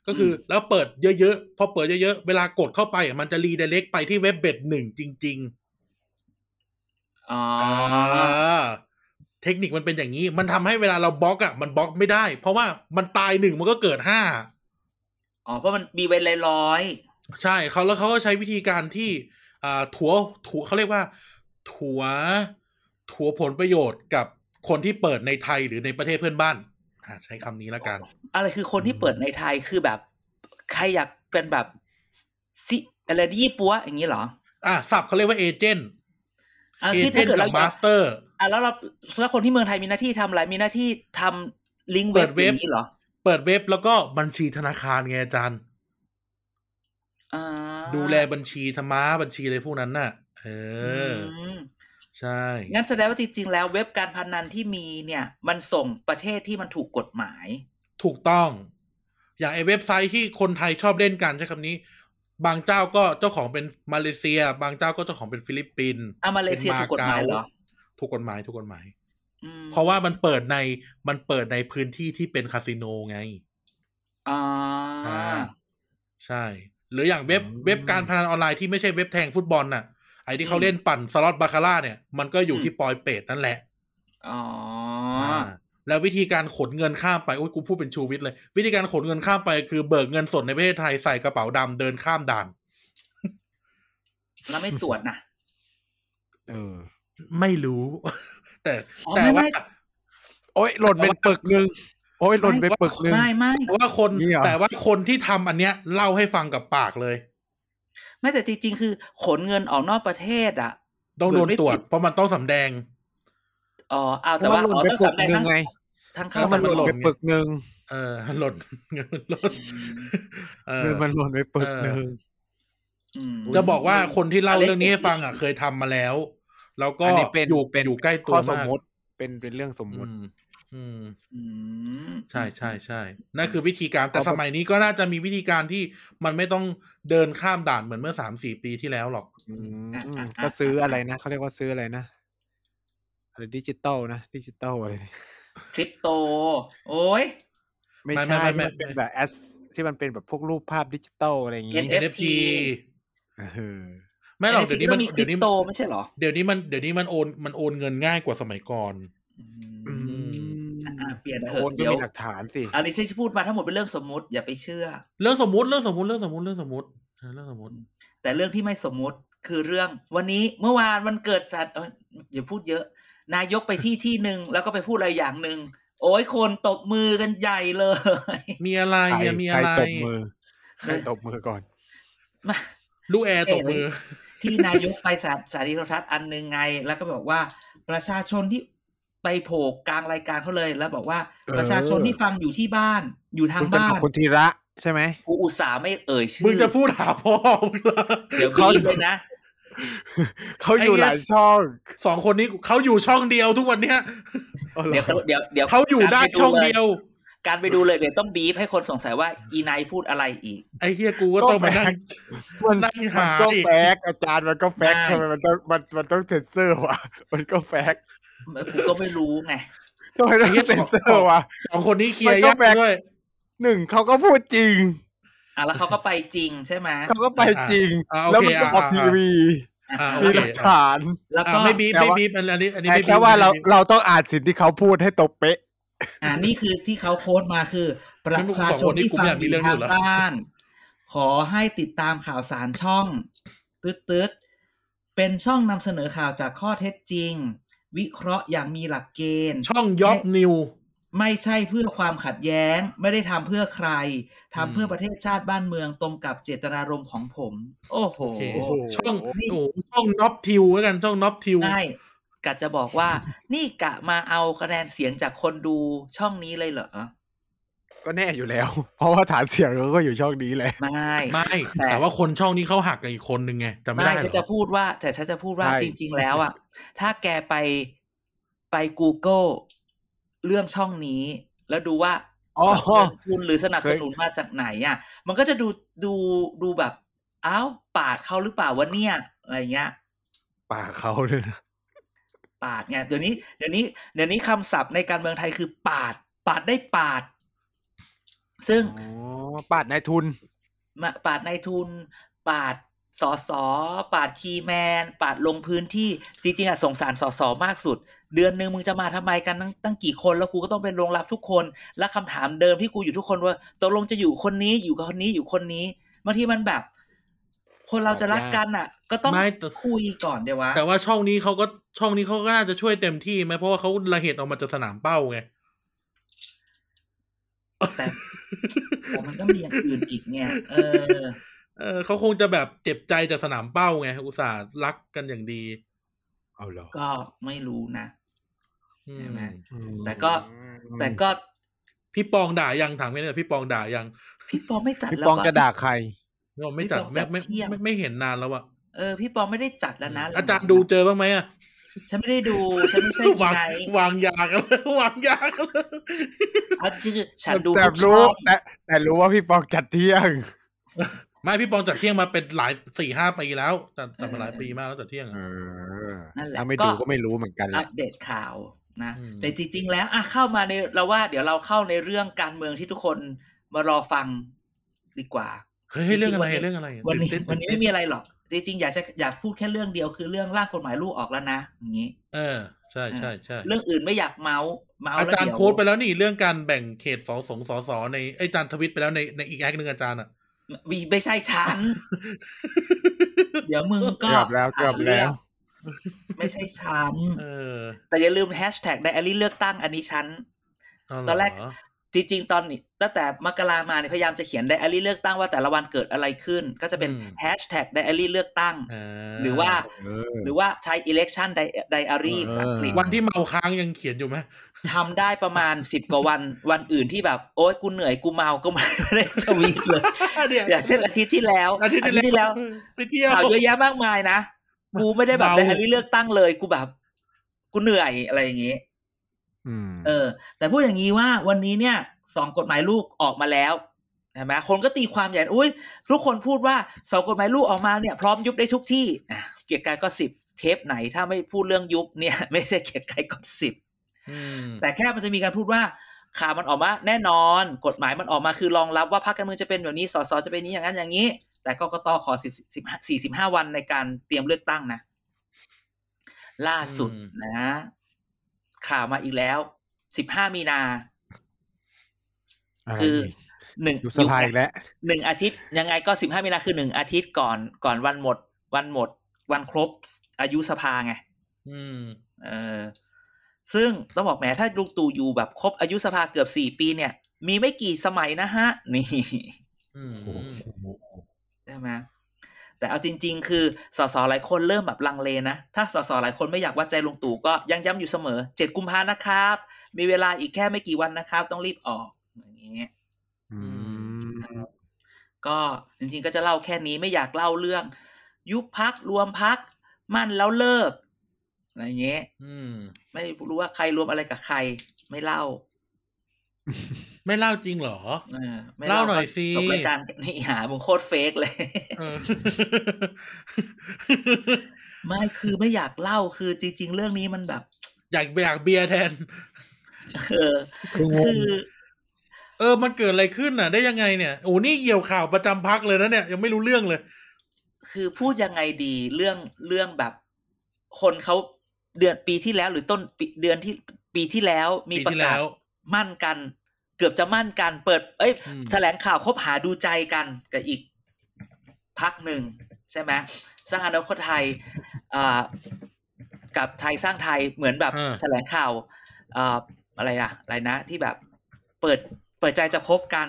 S2: ก็คืออแล้วเปิดเยอะๆ พอเปิดเยอะๆ เวลากดเข้าไปอ่ะมันจะรีเดเล็กไปที่เว็บเบ็ดหนึ่งจริง
S1: อ๋อ
S2: ๆ
S1: อ
S2: อ่าเทคนิคมันเป็นอย่างนี้ มันทำให้เวลาเราบล็อกอ่ะมันบล็อกไม่ได้ เพราะว่ามันตายหนึ่งมันก็เกิดห้า
S1: อ๋อเพราะมันมีเว้นร้อย
S2: ใช่เขาแล้วเขาก็ใช้วิธีการที่อ่าถัวถัวเขาเรียกว่า ถัวถัวผลประโยชน์กับคนที่เปิดในไทยหรือในประเทศเพื่อนบ้านอ่าใช้คำนี้แล้วกัน
S1: ๆอะไรคือคนที่เปิดในไทยคือแบบ ใครอยากเป็นแบบซิอะไรนะยี่ปัวอย่างนี้เหรอ
S2: อ่าศัพท์เขาเรียกว่าเอเจนต์
S1: อ่ะ
S2: เอ
S1: คือ
S2: เจ
S1: ถ้าน
S2: ต์
S1: เกิด
S2: กั
S1: เราอยาม
S2: บาก สเตอร์
S1: อ่ะแล้วเราแล้วคนที่เมืองไทยมีหน้าที่ทำอะไรมีหน้าที่ทำลิงก์
S2: เปิ
S1: เว็บ
S2: ด
S1: อ
S2: เว็บ
S1: ย่างนี้เหรอ
S2: เปิดเว็บแล้วก็บัญชีธนาคารไงอาจารย์
S1: อ่า
S2: ดูแลบัญชีธรรมะบัญชีอะไรพวกนั้นน่ะ เอออ
S1: ม
S2: ใช่
S1: งั้นแสดงว่าจริงๆแล้วเว็บการพนันที่มีเนี่ย มันส่งประเทศที่มันถูกกฎหมาย
S2: ถูกต้อง อย่างไอเว็บไซต์ที่คนไทยชอบเล่นกันใช้คำนี้ บางเจ้าก็เจ้าของเป็นมาเลเซีย บางเจ้าก็เจ้าของเป็นฟิลิปปินส์
S1: อ่ะมาเลเซีย
S2: ป็น
S1: ถูกกฎหมายเหรอ
S2: ถูกกฎหมายถูกกฎหมาย
S1: อืม
S2: เพราะว่ามันเปิดในมันเปิดในพื้นที่ที่เป็นคาสิโนไง
S1: อ่า
S2: อ่าใช่ หรืออย่างเว็บ
S3: อืม
S2: เว็บการพนันออนไลน์ที่ไม่ใช่เว็บแทงฟุตบอลน่ะไอ้ที่เขาเล่นปั่นสล็อตบาคาร่าเนี่ย มันก็อยู่ที่ปอยเปตนั่นแหละ
S1: อ๋อ
S2: อ่าแล้ววิธีการขนเงินข้ามไปโอ้ยกูพูดเป็นชูวิทย์เลย วิธีการขนเงินข้ามไปคือเบิกเงินสดในประเทศไทยใส่กระเป๋าดำเดินข้ามด่าน
S1: แล้วไม่ตรวจนะ
S3: เออ
S2: ไม่รู้ <laughs> แต่
S1: อ๋อ
S2: แต่ว่า
S1: ไม่ไม่
S3: โอ้ยหล่นเป็นปึกหนึ่งโอ้ยหล่นเป็นปึกหนึ่ง
S1: ไม่ไม่
S2: แต่ว่าคน
S3: นี่เหรอ
S2: แต่ว่าคนที่ทำอันเนี้ยเล่าให้ฟังกับปากเลย
S1: ไม่แต่จริงๆคือขนเงินออกนอกประเทศอ่ะ
S2: ต้องโดน
S1: เหมือนไม่
S2: ตรวจ
S3: <laughs>
S1: ติด
S2: เพราะมันต้องสำแดง
S1: อ๋อเอาแต่ว่า
S3: เพ
S1: อ๋อ
S3: ระหล่นเป็
S1: ต้อ
S3: น
S1: ง
S3: ปึ
S1: สำ
S3: ก
S1: แดง
S3: หนึ่
S1: ทั้
S3: ง
S1: ง
S3: ไง
S1: ทั้ง
S2: ก็
S1: เข้า
S2: มั
S1: มัน น
S2: ห
S1: ห
S2: ล่
S1: ล
S2: น
S1: น
S3: เป็นปึกหนึ่ง
S2: เออหล่น <laughs> เงินหล่นเออ
S3: เงินมันหล่นเป็นปึกหนึ่ง
S2: จะบอกว่าคนที่เล่า
S1: อะไร
S2: เรื่องนี้ให้ฟังอ่ะเคยทำมาแล้ว แล้วก็
S3: อันนี้เป็น
S2: อยู่
S3: เป็น
S2: อยู่ใกล้ตั
S3: ข้
S2: ว
S3: อสม
S2: มาก
S3: มติเป็นเป็นเรื่องสมม
S2: อื
S3: ติ
S2: มอืม
S1: อืม
S2: ใช่ใช่ใช่นั่นคือวิธีการแต่
S3: เอาแบบ
S2: สมัยนี้ก็น่าจะมีวิธีการที่มันไม่ต้องเดินข้ามด่านเหมือนเมื่อสามสี่ปีที่แล้วหรอก
S3: อืมก็ซื้ออะไรนะเขาเรียกว่าซื้ออะไรนะอะไรดิจิตอลนะดิจิตอลอะไรเนี่ย
S1: คริปโต โอ้ย
S3: ไม่
S2: ไม่
S3: ใช่
S2: ไม่ไม่
S3: ที่มันเป็นแบบแอสที่มันเป็นแบบพวกรูปภาพดิจิตอลอะไรอย่างงี้
S1: NF
S2: NFT
S3: เออ
S2: ไม่หรอก
S1: NFT
S2: เดี๋ยวนี้มัน
S1: ก็มีคริ
S2: เดี๋ยว
S1: ป
S2: นี้
S1: โตไม่ใช่เหรอ
S2: เดี๋ยวนี้มันเดี๋ยวนี้มันโอนมันโอนเงินง่ายกว่าสมัยก่อน
S1: อืมอ่ะเปลี่ยน
S3: แต่
S1: เถ
S3: โอน
S1: อะ
S3: ก็
S1: เดี๋ยว
S3: มีหลักฐานสิ
S1: อันนี้ที่พูดมาทั้งหมดเป็นเรื่องสมมติอย่าไปเชื่อ
S2: เรื่องสมมติเรื่องสมมติเรื่องสมมติเรื่องสมมติเออเรื่องสมมติ
S1: แต่เรื่องที่ไม่สมมติคือเรื่อง วันนี้เมื่อวานวันเกิดสัตว์เอ้ยอย่าพูดเยอะ นายกไปที่ <laughs> ที่หนึ่งแล้วก็ไปพูดอะไรอย่างหนึ่งโอ้ยคนตบมือกันใหญ่เลย <laughs>
S2: มีอะไร
S3: ใคร
S2: อะมี
S3: ใคร
S2: อะไร
S3: ตบมือใครตบมือก่อน
S1: มา
S2: ลูกแอร์ตบมือ
S1: เ ที่นายกไปสถาสถานีโทรทัศน์อันหนึงไง แล้วก็บอกว่าประชาชนที่ไปโผล่กลางรายการเขาเลย แล้วบอกว่า
S2: เออ
S1: ประชาชนที่ฟังอยู่ที่บ้านอยู่ทาง
S3: คุณเป็น
S1: บ้า
S3: ขอนงคุณธีระใช่ไหม
S1: กูอุตส่าห์ไม่เอ่ยชื่
S2: <laughs> มึง
S1: อ
S2: จะพูดหาพ่อมึงเหรอ
S1: เดี๋ยว
S3: เขา
S1: บีบเลย
S2: <laughs>
S1: นะ
S3: เขาอยู่
S2: ไอ้เงี้ย
S3: หลายช่อง
S2: สองคนนี้เขาอยู่ช่องเดียวทุกวันเนี้ย
S3: อ๋อหรอ
S1: เดี๋ยวเดี๋ยวเดี๋ยว
S2: เขาอยู่ได้ช่องเดียว
S1: การไปดูเลยเดี๋ยวต้องบีบให้คนสงสัยว่าอีนายพูดอะไรอีก
S2: ไอ้เฮียกูก็ต้องมานั่ง
S3: มัน
S2: นั่งหา
S3: มันก็
S2: อีก
S3: แฟกอาจารย์มันก็แฟก
S1: ได้
S3: ทำไมมันต้องมันมันต้องเซ็นเซอร์วะ <laughs> มันก็แฟก
S1: กูก็ไม่รู้ไง
S3: ทำไมต้อ
S2: ไอ้
S3: ง
S2: เหี้ย
S3: เซ็นเซอร์วะ
S2: สองคนนี้เคลียร์
S3: มันก็
S2: ยาก
S3: แปลก
S2: ด้วย
S3: หนึ่งเขาก็พูดจริง
S1: อ่ะแล้วเขาก็ไปจริงใช่ไหม
S3: เขาก็ไปจริง
S2: อ่าโอเค
S3: แล้วมันก็ออก
S2: อ่า
S3: ทีวี
S2: อ่าโอ
S3: มี
S2: เค
S3: หลักฐาน
S1: แล้ว
S2: อ่า
S1: ก็
S2: ไม่บีบไม่บีบอันนี้อันนี้ไม่บีบ
S3: แค่ว่าเรา
S2: ไม่บีบ
S3: เราต้องอ่านสิ่งที่เขาพูดให้ตรงเป๊ะ
S1: อ่านี่คือที่เขาโพสต์มาคือ ประชาชนที่ฟังอยู่ทางบ้าน ขอให้ติดตามข่าวสารช่องตืดตืดๆเป็นช่องนำเสนอข่าวจากข้อเท็จจริง วิเคราะห์อย่างมีหลักเกณฑ์
S2: ช่องยอบนิว
S1: ไม่ใช่เพื่อความขัดแย้ง ไม่ได้ทำเพื่อใครทำ
S2: อืม
S1: เพื่อประเทศชาติบ้านเมืองตรงกับเจตนารมณ์ของผม โอ้โห
S2: โอเค
S3: โอ้โห
S2: ช่องโอ้โหช่องน็อปทิวแล้วกันช่องน็อปทิว
S1: ใช่กะจะบอก
S2: <laughs>
S1: ว่า นี่กะมาเอาคะแนนเสียงจากคนดูช่องนี้เลยเหรอ
S3: ก็แน่อยู่แล้ว เพราะว่าฐานเสียงเราก็อยู่ช่องนี้แหละ
S1: ไม่
S2: ไม่
S1: แต่
S2: แต่ว่าคนช่องนี้เขาหักกับอีกคนนึงไงจำไม่
S1: ไม่
S2: ได้เหร
S1: ฉันจะ
S2: อ
S1: พูดว่า แต่ฉันจะพูดว่า
S3: ใช่
S1: จริง ๆ แล้ว
S2: <laughs>
S1: อ่ะ ถ้าแกไปไป Google เรื่องช่องนี้ แล้วดูว่า
S3: อ๋อ
S1: แบบเงินทุนหรือสนับสนุนมาจากไหนอ่ะ มันก็จะดูดูดูแบบอ้าวปาดเขาหรือเปล่าวะเนี่ยอะไรเงี้ย
S3: ป่าเขาเลยนะ
S1: ปาดไงเดี๋ยวนี้เดี๋ยวนี้เดี๋ยวนี้คำศัพท์ในการเมืองไทยคือปาด ปาดได้ปาด ซึ่ง
S3: อ๋อป่านายทุน
S1: มาปาดนายทุน ปาดสอสอปาดคีย์แมน ปาดลงพื้นที่จริงๆอะสงสารสอสอมากสุด เดือนหนึ่งมึงจะมาทำไมกันตั้งตั้งกี่คนแล้วกูก็ต้องเป็นโรงรับทุกคน และคำถามเดิมที่กูอยู่ทุกคนว่าตกลงจะอยู่คนนี้อยู่กับคนนี้อยู่คนนี้บางทีมันแบบ คนเราจะรักกันอะก็ต้อง
S2: ไม่แต่
S1: คุยก่อนเดี๋ยววะ
S2: แต่ว่าช่องนี้เขาก็ช่องนี้เขาก็น่าจะช่วยเต็มที่ไหมเพราะว่าเขาละเหตุออกมาจากสนามเป้าไง
S1: แต่แต่มันก็มีอย่างอื่นอีกไงเออ
S2: เออเขาคงจะแบบเจ็บใจจากสนามเป้าไงอุตส่าห์รักกันอย่างดี
S3: เอาเหรอ
S1: ก็ไม่รู้นะ
S2: อื
S1: ใช่ไหม
S3: อืม
S1: แต่ก็ แต่ก็
S2: พี่ปองด่ายังถามแค่นี้พี่ปองด่ายัง
S1: พี่ปอไม่จัด
S3: พี่
S1: แล้ว
S3: ปอง
S1: ว
S3: จะด่าใคร
S2: เราไม่จัด
S1: พี่ปองจั
S2: ไม่
S1: ด
S2: ไม่
S1: เที่ยง
S2: ไม่ไม่เห็นนานแล้วอะ
S1: เออพี่ปอไม่ได้จัดแล้วนะ
S2: อาจารย์ดูเจอบ้างไหมอะ
S1: ฉันไม่ได้
S3: <laughs>
S1: ดู ฉันไม่ใช่
S2: วาง
S1: ที่ไหน
S2: วางยากันเลยว <laughs> างยากันเลย
S1: เอาจริงๆฉันดู
S3: แต่
S1: ทุกช่
S3: รู้
S1: อง
S3: แต่แต่รู้ว่าพี่ปองจัดเที่ยง
S2: ไม่พี่ปองจัดเที่ยงมาเป็นหลายสี่ห้าปีแล้วจัดจัดมาหลายปีมากแล้วจัดเที่ยงอะ
S1: นั่นแหละ
S3: ถ้าไม่ดูก็ไม่รู้เหมือนกันแห
S1: อั
S3: ละ
S1: ปเดตข่าวนะ
S2: อืม
S1: แต่จริง ๆ แล้วอ่ะเข้ามาในเราว่า เดี๋ยวเราเข้าในเรื่องการเมืองที่ทุกคนมารอฟังดีกว่า
S2: เฮ้ยเรื่องอะไร
S1: จริงๆ
S2: เรื่องอะไร
S1: วันนี้
S2: ตื่เต้
S1: วันนี้ไม่มีอะไรหรอก จริง ๆ อยากจะอยากพูดแค่เรื่องเดียวคือเรื่องร่างกฎหมายลูกออกแล้วนะอย่างนี้
S2: เออใช่ใช่ใช่
S1: เรื่องอื่นไม่อยากเมาส์เมาส์
S2: อา
S1: แล้ว
S2: จารย์
S1: เดี๋ยว
S2: โพสต์ไปแล้วนี่เรื่องการแบ่งเขตสอสงสอสอในเอยอาจารย์ทวิตไปแล้วในในอีกแอคหนึ่งอาจารย์อะ
S1: ไม่ไม่ใช่ฉั
S3: <laughs>
S1: น เดี๋ยวมึงก็
S3: เกือบแล้วเกือบแล้ว
S1: ไม่ใช่ฉัน
S2: เออ
S1: แต่อย่าลืมแฮชแท็กไดอารี่เลือกตั้งอันนี้ฉัน
S2: เาเห
S1: ตอนแรก จริง ๆ ตอนนี้ตั้งแต่มกรามาเนี่ยพยายามจะเขียนไดอารี่เลือกตั้งว่าแต่ละวันเกิดอะไรขึ้น ก็จะเป็น
S2: อืม
S1: แฮชแท็กไดอารี่เลือกตั้ง
S2: เ
S1: หรือว่า
S3: เออ
S1: หรือว่าใช้ election ไดอารี่
S3: เออ
S1: ภาษาอังกฤษ
S2: วันที่เมาค้างยังเขียนอยู่ไหม
S1: ทำได้ประมาณสิบกว่าวัน <laughs> วันอื่นที่แบบ โอ๊ยกูเหนื่อยกูเมาก็ไม่ได้ทวีต
S2: <laughs>
S1: เลย อย่างเช่นอาทิตย์ที่แล้ว
S2: อาทิตย์ที่แล้วไปเที่ยว
S1: ข่าวเยอะแยะมากมายนะ กูไม่ได้แบบ
S2: เมา
S1: ไดอารี่เลือกตั้งเลยกูแบบ กูเหนื่อยอะไรอย่างงี้
S3: อืม
S1: เออแต่พูดอย่างนี้ว่าวันนี้เนี่ยสองกฎหมายลูกออกมาแล้วใช่ไหมคนก็ตีความใหญ่อุ้ยทุกคนพูดว่าสองกฎหมายลูกออกมาเนี่ยพร้อมยุบได้ทุกที่อ่ะเกียรติกายก็สิบเทปไหนถ้าไม่พูดเรื่องยุบเนี่ย <laughs> ไม่ใช่เกียรติกายก็สิบ
S2: ม
S1: แต่แค่มันจะมีการพูดว่าข่าวมันออกมาแน่นอน กฎหมายมันออกมาคือรองรับว่าพรรคการเมืองจะเป็นแบบนี้สสจะเป็นนี้อย่างนั้นอย่างนี้ แต่กกตขอสิบสิบสี่สิบห้าวันในการเตรียมเลือกตั้งนะ ล่าสุดนะ ข่าวมาอีกแล้วสิบห้ามีนา
S3: ะไร
S1: คือ
S3: นี่
S1: หนึ่ง
S3: ยุบสภาอีกแล้ว
S1: หนึ่งอาทิตย์ยังไงก็สิบห้ามีนาคือหนึ่งอาทิตย์ก่อนก่อนวันหมด วันหมด วันครบอายุสภาไง
S2: อืม
S1: เออซึ่งต้องบอกแหมถ้าลุงตู่อยู่แบบครบอายุสภาเกือบสี่ปีเนี่ย มี <laughs> ไม่กี่สมัยนะฮะ นี่
S2: อืม
S3: โอ้โห
S1: ใช่ไหม แต่ แต่เอาจริง ๆ คือสสหลายคนเริ่มแบบลังเลนะ ถ้าสสหลายคนไม่อยากวัดใจลุงตู่ก็ยังย้ำอยู่เสมอเจ็ดกุมภานะครับ มีเวลาอีกแค่ไม่กี่วันนะครับ ต้องรีบออกอย่างเงี้ย
S3: อืม
S1: ก็จริงๆก็จะเล่าแค่นี้ไม่อยากเล่าเรื่อง ยุบพักรวมพักมั่นแล้วเลิกอะไรเงี้ย
S2: อืม
S1: ไม่รู้ว่าใครรวมอะไรกับใคร ไม่เล่า
S2: ไม่เล่าจริงเหรอ
S1: เออไม่
S2: เล่าหน่อยสิ
S1: จบรายการนี่หาผมโคตรเฟกเลย <laughs>
S2: เออ
S1: ไม่คือไม่อยากเล่าคือจริง ๆ เรื่องนี้มันแบบ
S2: <laughs>
S1: <laughs>
S2: อยากอยากเบียร์แทน
S1: เออ
S3: คือง
S1: คื
S3: ง
S1: อ
S2: เออ มันเกิดอะไรขึ้นน่ะ ได้ยังไงเนี่ยโอ้นี่เกี่ยวข่าวประจำพักเลยนะเนี่ยยังไม่รู้เรื่องเลย
S1: คือพูดยังไงดีเรื่องเรื่องแบบ คนเขาเดือนปีที่แล้ว หรือต้นปีเดือนที่ปีที่แล้วมี
S2: ปี
S1: ประ
S2: ที่
S1: กา
S2: แล้
S1: ศ
S2: ว
S1: มั่นกัน เกือบจะมั่นกัน เปิด เอ้ย
S2: อืม
S1: แถลงข่าวคบหาดูใจกันกับอีกพักหนึ่งใช่ไหมสร้างอนาคตไทยอ่ากับไทยสร้างไทยเหมือนแบบ
S2: อ่า
S1: แถลงข่าวอ่าอะไรนะอะไรนะ ที่แบบ เปิดเปิดใจจะคบกัน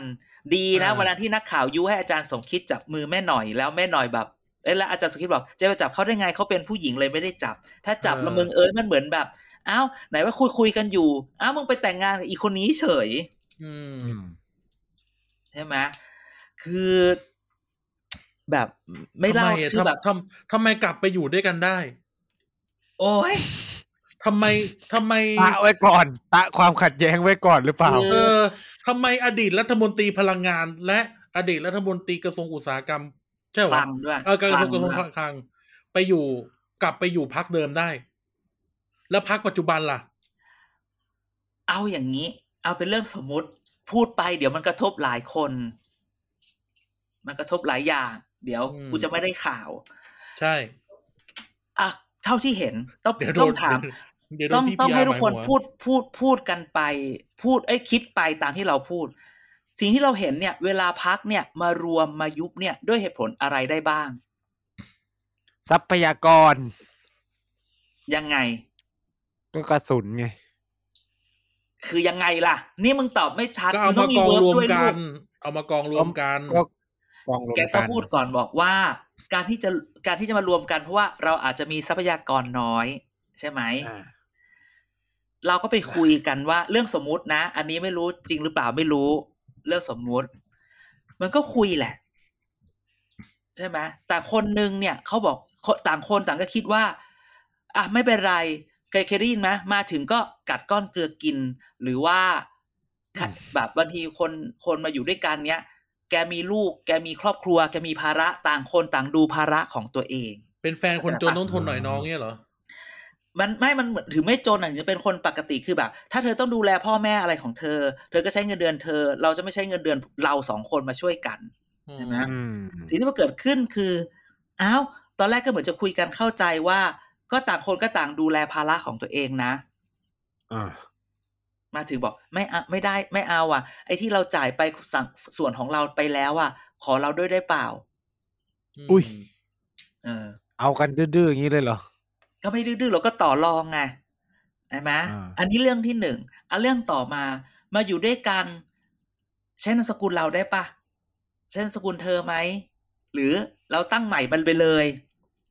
S1: ดีนะ
S2: อ่า
S1: วันนั้นที่นักข่าวยุให้อาจารย์สมคิดจับมือแม่หน่อยแล้วแม่หน่อยแบบเอ้ยแล้วอาจารย์สมคิดบอกจะไปจับเขาได้ไงเขาเป็นผู้หญิงเลยไม่ได้จับ ถ้าจับละมึงเอ้ยมันเหมือนแบบ อ้าวไหนว่าคุยคุยกันอยู่ อ้าวมึงไปแต่งงานกับอีกคนนี้เฉย
S2: อืม
S3: อืม
S1: ใช่ไหมคือแบบไม่เล่า
S2: ทำอะ
S1: คือ
S2: ทำ
S1: แบบ
S2: ทำทำไมกลับไปอยู่ด้วยกันได้
S1: โอ้ย
S2: ทำไม
S1: <laughs>
S2: ทำไม
S3: ตะไว้ก่อน ตะความขัดแย้งไว้ก่อนหรือเปล่า
S1: เอ
S2: เออทำไมอดีตรัฐมนตรีพลังงาน และอดีตรัฐมนตรีกระทรวงอุตสาหกรรม ใช่เหรอ
S1: ฟังด้วย
S2: เออกระทรวงกระทรวง
S1: ฟัด้วย
S2: คลังไปอยู่กลับไปอยู่พักเดิมได้ แล้วพักปัจจุบันล่ะ
S1: เอาอย่างนี้ เอาเป็นเรื่องสมมุติพูดไปเดี๋ยวมันกระทบหลายคน มันกระทบหลายอย่าง เดี๋ยว
S2: อืม
S1: กูจะไม่ได้ข่าว
S2: ใช่
S1: อ่ะเท่าที่เห็นต้อง
S2: เดี๋ยวโด
S1: ต้อน งถาม
S2: เดี๋ยวโดน
S1: ต้อง
S2: พี่
S1: ต้อง
S2: พีอา
S1: ให้
S2: ร์
S1: ทุกคน
S2: มายหัว
S1: พูดพูดพูดกันไป พูดไอ้ยคิดไปตามที่เราพูด สิ่งที่เราเห็นเนี่ย เวลาพักเนี่ยมารวมมายุบเนี่ยด้วยเหตุผลอะไรได้บ้าง
S3: ทรัพยากร
S1: ยังไง
S3: ก็กระสุนไง
S1: คือยังไงล่ะ นี่มึงตอบไม่ชัด
S2: ก็เอา
S1: ต้
S2: มาง
S1: มี
S2: กอง
S1: เวิร์
S2: รวม
S1: ด้วย
S2: กั
S1: ลู
S2: น
S1: ก
S2: เอามากองรวมกัน
S3: ก็กองรวม
S1: แกก็
S3: กัน
S1: พูดก่อนบอกว่า การที่จะการที่จะมารวมกัน เพราะว่าเราอาจจะมีทรัพยากรน้อย ใช่ไหม
S3: อ่า
S1: เราก็ไปคุยกันว่าเรื่องสมมุตินะ อันนี้ไม่รู้จริงหรือเปล่าไม่รู้ เรื่องสมมุติ มันก็คุยแหละ ใช่ไหมแต่คนหนึ่งเนี่ยเขาบอกคนต่างคนต่างก็คิดว่า อ่ะไม่เป็นไรเคยเคยได้ยินไหมมาถึงก็กัดก้อนเกลือกิน หรือว่าขัดแบบบางทีคนคนมาอยู่ด้วยกันเนี้ย แกมีลูก แกมีครอบครัว แกมีภาระต่างคนต่างดูภาระของตัวเอง
S2: เป็นแฟนคนจนต้องทนหน่อยน้องเนี่ยเหรอ
S1: มันไม่ มันเหมือนถือไม่จนอ่ะจะเป็นคนปกติคือแบบ ถ้าเธอต้องดูแลพ่อแม่อะไรของเธอ เธอก็ใช้เงินเดือนเธอ เราจะไม่ใช้เงินเดือนเราสองคนมาช่วยกัน ใช่ไหม
S3: อืม
S1: สิ่งที่มันเกิดขึ้นคือ อ้าว ตอนแรกก็เหมือนจะคุยกันเข้าใจว่า ก็ต่างคนก็ต่างดูแลภาระของตัวเองนะ
S3: อ่า
S1: มาถึงบอกไม่อะไม่ได้ไม่เอาอ่ะ ไอ้ที่เราจ่ายไปสั่งส่วนของเราไปแล้วอ่ะ ขอเราด้วยได้เปล่า
S2: ม
S1: เออ
S3: เอากันดื้อๆอย่างนี้เลยเหรอ
S1: ก็ไม่ดื้อๆเราก็ต่อรองไงใช่ไหม
S3: อ่า
S1: อันนี้เรื่องที่หนึ่งอันเรื่องต่อมา มาอยู่ด้วยกัน ใช้นามสกุลเราได้ปะใช้นามสกุลเธอไหม หรือเราตั้งใหม่มันไปเลย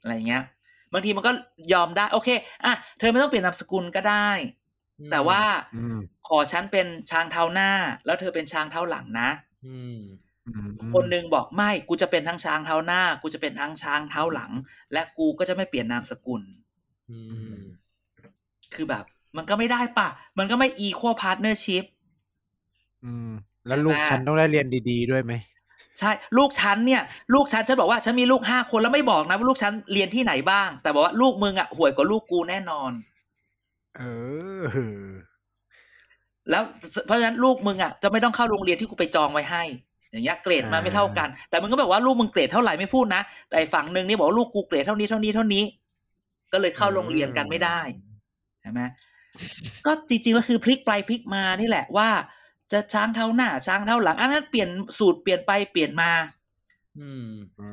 S1: อะไรเงี้ย บางทีมันก็ยอมได้ โอเค อ่ะ เธอไม่ต้องเปลี่ยนนามสกุลก็ได้ แต่ว่า
S3: อืม
S1: ขอฉันเป็นช้างเท้าหน้า แล้วเธอเป็นช้างเท้าหลังนะ
S2: อืม
S3: อืม
S1: คนหนึ่งบอกไม่ กูจะเป็นทั้งช้างเท้าหน้า กูจะเป็นทั้งช้างเท้าหลัง และกูก็จะไม่เปลี่ยนนามสกุล
S2: อืม
S1: คือแบบมันก็ไม่ได้ปะ มันก็ไม่ equal partnership
S3: อืมแล้วลูก
S1: ใช่ไหม
S3: ฉันต้องได้เรียนดีๆด้วยไหม
S1: ใช่ลูกฉันเนี่ย ลูกฉันฉันบอกว่าฉันมีลูกห้าคนแล้วไม่บอกนะว่าลูกฉันเรียนที่ไหนบ้าง แต่บอกว่าลูกมึงอ่ะห่วยกว่าลูกกูแน่นอน
S3: เออ
S1: แล้วเพราะฉะนั้นลูกมึงอ่ะจะไม่ต้องเข้าโรงเรียนที่กูไปจองไว้ให้ อย่างเงี้ยเกรดมา
S3: อ่า
S1: ไม่เท่ากัน แต่มึงก็แบบว่าลูกมึงเกรดเท่าไหร่ไม่พูดนะ แต่อีกฝั่งหนึ่งนี่บอกว่าลูกกูเกรดเท่านี้เท่านี้เท่านี้ ก็เลยเข้าโรงเรียนกันไม่ได้ใช่ไหมก็จริงๆแล้วคือพลิกไปพลิกมานี่แหละว่า จะช้างเท้าหน้าช้างเท้าหลังอันนั้นเปลี่ยนสูตรเปลี่ยนไปเปลี่ยนมา
S2: อืม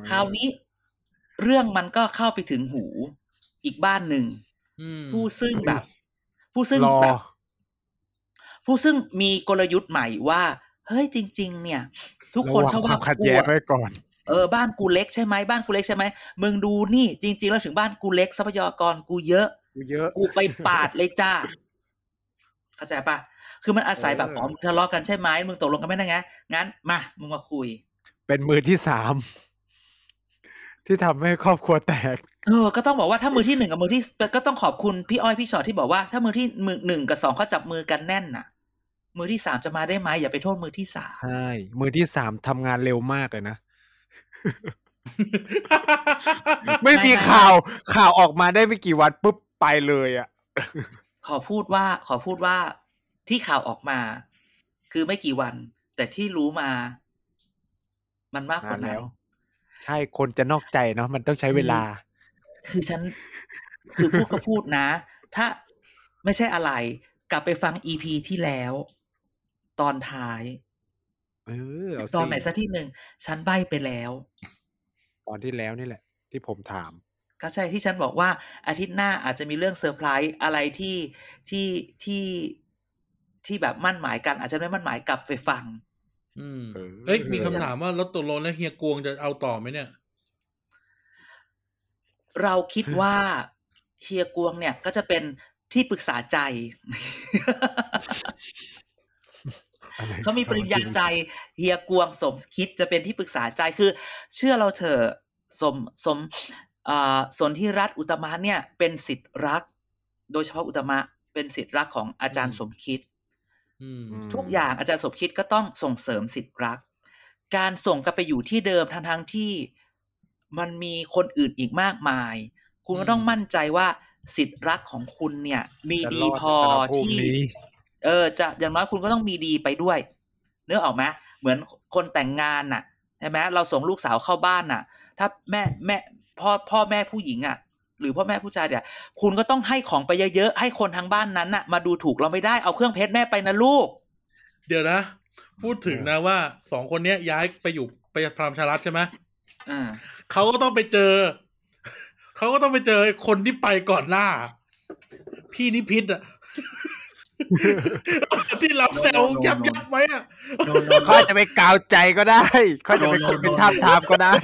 S1: คราวนี้ เรื่องมันก็เข้าไปถึงหู อีกบ้านหนึ่ง
S2: อืม
S1: ผู้ซึ่งแบบ ผู้ซึ่ง
S3: รอ
S1: แบบ ผู้ซึ่งมีกลยุทธ์ใหม่ว่า เฮ้ยจริง ๆ เนี่ย ทุกคน
S3: ระวัง
S1: ชอบ
S3: ควา
S1: ว่าม
S3: ขัดแย้ง
S1: กูอะ
S3: ไว้ก่อน
S1: เออบ้านกูเล็กใช่ไหมบ้านกูเล็กใช่ไหมมึงดูนี่ จริง ๆ แล้วถึงบ้านกูเล็กทรัพยากรกูเยอะ
S3: กูเยอะ
S1: กูไปปาดเลยจ้า เข้าใจปะคือมันอาศัยแบบ
S3: เอออ๋
S1: อ๋อมึงทะเลาะกันใช่ไหมมึงตกลงกันไม่ได้ไงงั้นมามึงมาคุย
S3: เป็นมือที่สาม ที่ทำให้ครอบครัวแตก
S1: เออ ก็ต้องบอกว่าถ้ามือที่หนึ่งกับมือที่ก็ต้องขอบคุณพี่อ้อยพี่ชอตที่บอกว่า ถ้ามือที่มือหนึ่งกับสองเขาจับมือกันแน่นน่ะ มือที่สามจะมาได้ไหมอย่าไปโทษมือที่สาม
S3: ใช่ มือที่สามทำงานเร็วมากเลยนะ ไม่มีข่าว ข่าวออกมาได้ไม่กี่วันปุ๊บไปเลยอ่ะ
S1: ขอพูดว่า ขอพูดว่าที่ข่าวออกมา คือไม่กี่วัน แต่ที่รู้มา มันมากกว่านั้น
S3: ใช่คนจะนอกใจเนาะมันต้องใช้เวลา
S1: คือฉัน คือพูดก็พูดนะ ถ้าไม่ใช่อะไร กลับไปฟังอีพีที่แล้ว ตอนท้าย
S3: เออเอาสิ
S1: ตอนไหนสักที่หนึ่งฉันใบไปแล้ว
S3: ตอนที่แล้วนี่แหละ ที่ผมถาม
S1: ก็ใช่ที่ฉันบอกว่าอาทิตย์หน้าอาจจะมีเรื่องเซอร์ไพรส์อะไรที่ที่ที่ที่แบบมั่นหมายกัน อาจจะไม่มั่นหมายกลับไปฟัง
S2: อืม
S3: เออ
S2: เอ้ยมีคำถามว่าแล้วตกลงแล้วเฮียกวงจะเอาต่อไหมเนี่ย
S1: เราคิดว่าเฮียกวงเนี่ยก็จะเป็นที่ปรึกษาใจ <laughs>
S3: อะไร
S1: เขามีปริญญาใจเฮียกวงสมคิดจะเป็นที่ปรึกษาใจคือ เชื่อเราเถอะสมสมอ่าสนที่รัฐอุตมะเนี่ย เป็นสิทธิ์รัก โดยเฉพาะอุตมะเป็นสิทธิ์รักของอาจาร
S2: อื
S1: ย์
S2: ม
S1: สมคิด
S2: อืม
S3: ม
S1: ทุกอย่างอาจารย์สมคิดก็ต้องส่งเสริมสิทธิ์รัก การส่งกลับไปอยู่ที่เดิมทั้งทั้งๆที่มันมีคนอื่นอีกมากมาย คุณก็ต้อง
S2: อืม
S1: มั่นใจว่าสิทธิ์รักของคุณเนี่ย มี
S3: จะ
S1: ดี
S3: รด
S1: พอ
S3: ในสารภูมิ
S1: ที่
S3: นี้
S1: เออจะอย่างน้อยคุณก็ต้องมีดีไปด้วยเนื้อออกไหมเหมือนคนแต่งงานน่ะใช่ไหมเราส่งลูกสาวเข้าบ้านน่ะ ถ้าแม่แม่พ่อพ่อแม่ผู้หญิงอ่ะ หรือพ่อแม่ผู้ชายเนี่ย คุณก็ต้องให้ของไปเยอะๆให้คนทางบ้านนั้นน่ะ มาดูถูกเราไม่ได้เอาเครื่องเพชรแม่ไปนะลูก
S2: เดี๋ยวนะ พูดถึงนะว่าสองคนเนี้ยย้ายไปอยู่ไปพรามชารัฐใช่ไหม
S1: อ่า
S2: เขาก็ต้องไปเจอ <laughs> เขาก็ต้องไปเจอคนที่ไปก่อนหน้า พี่นิพิษอะ <laughs> ที่เราแซ
S1: <laughs>
S2: วยับยับไว้อะ
S3: เขาอาจจะไปกาวใจก็ได้เขาอาจจะเป็นคนเป็นท่าบทามก็ได้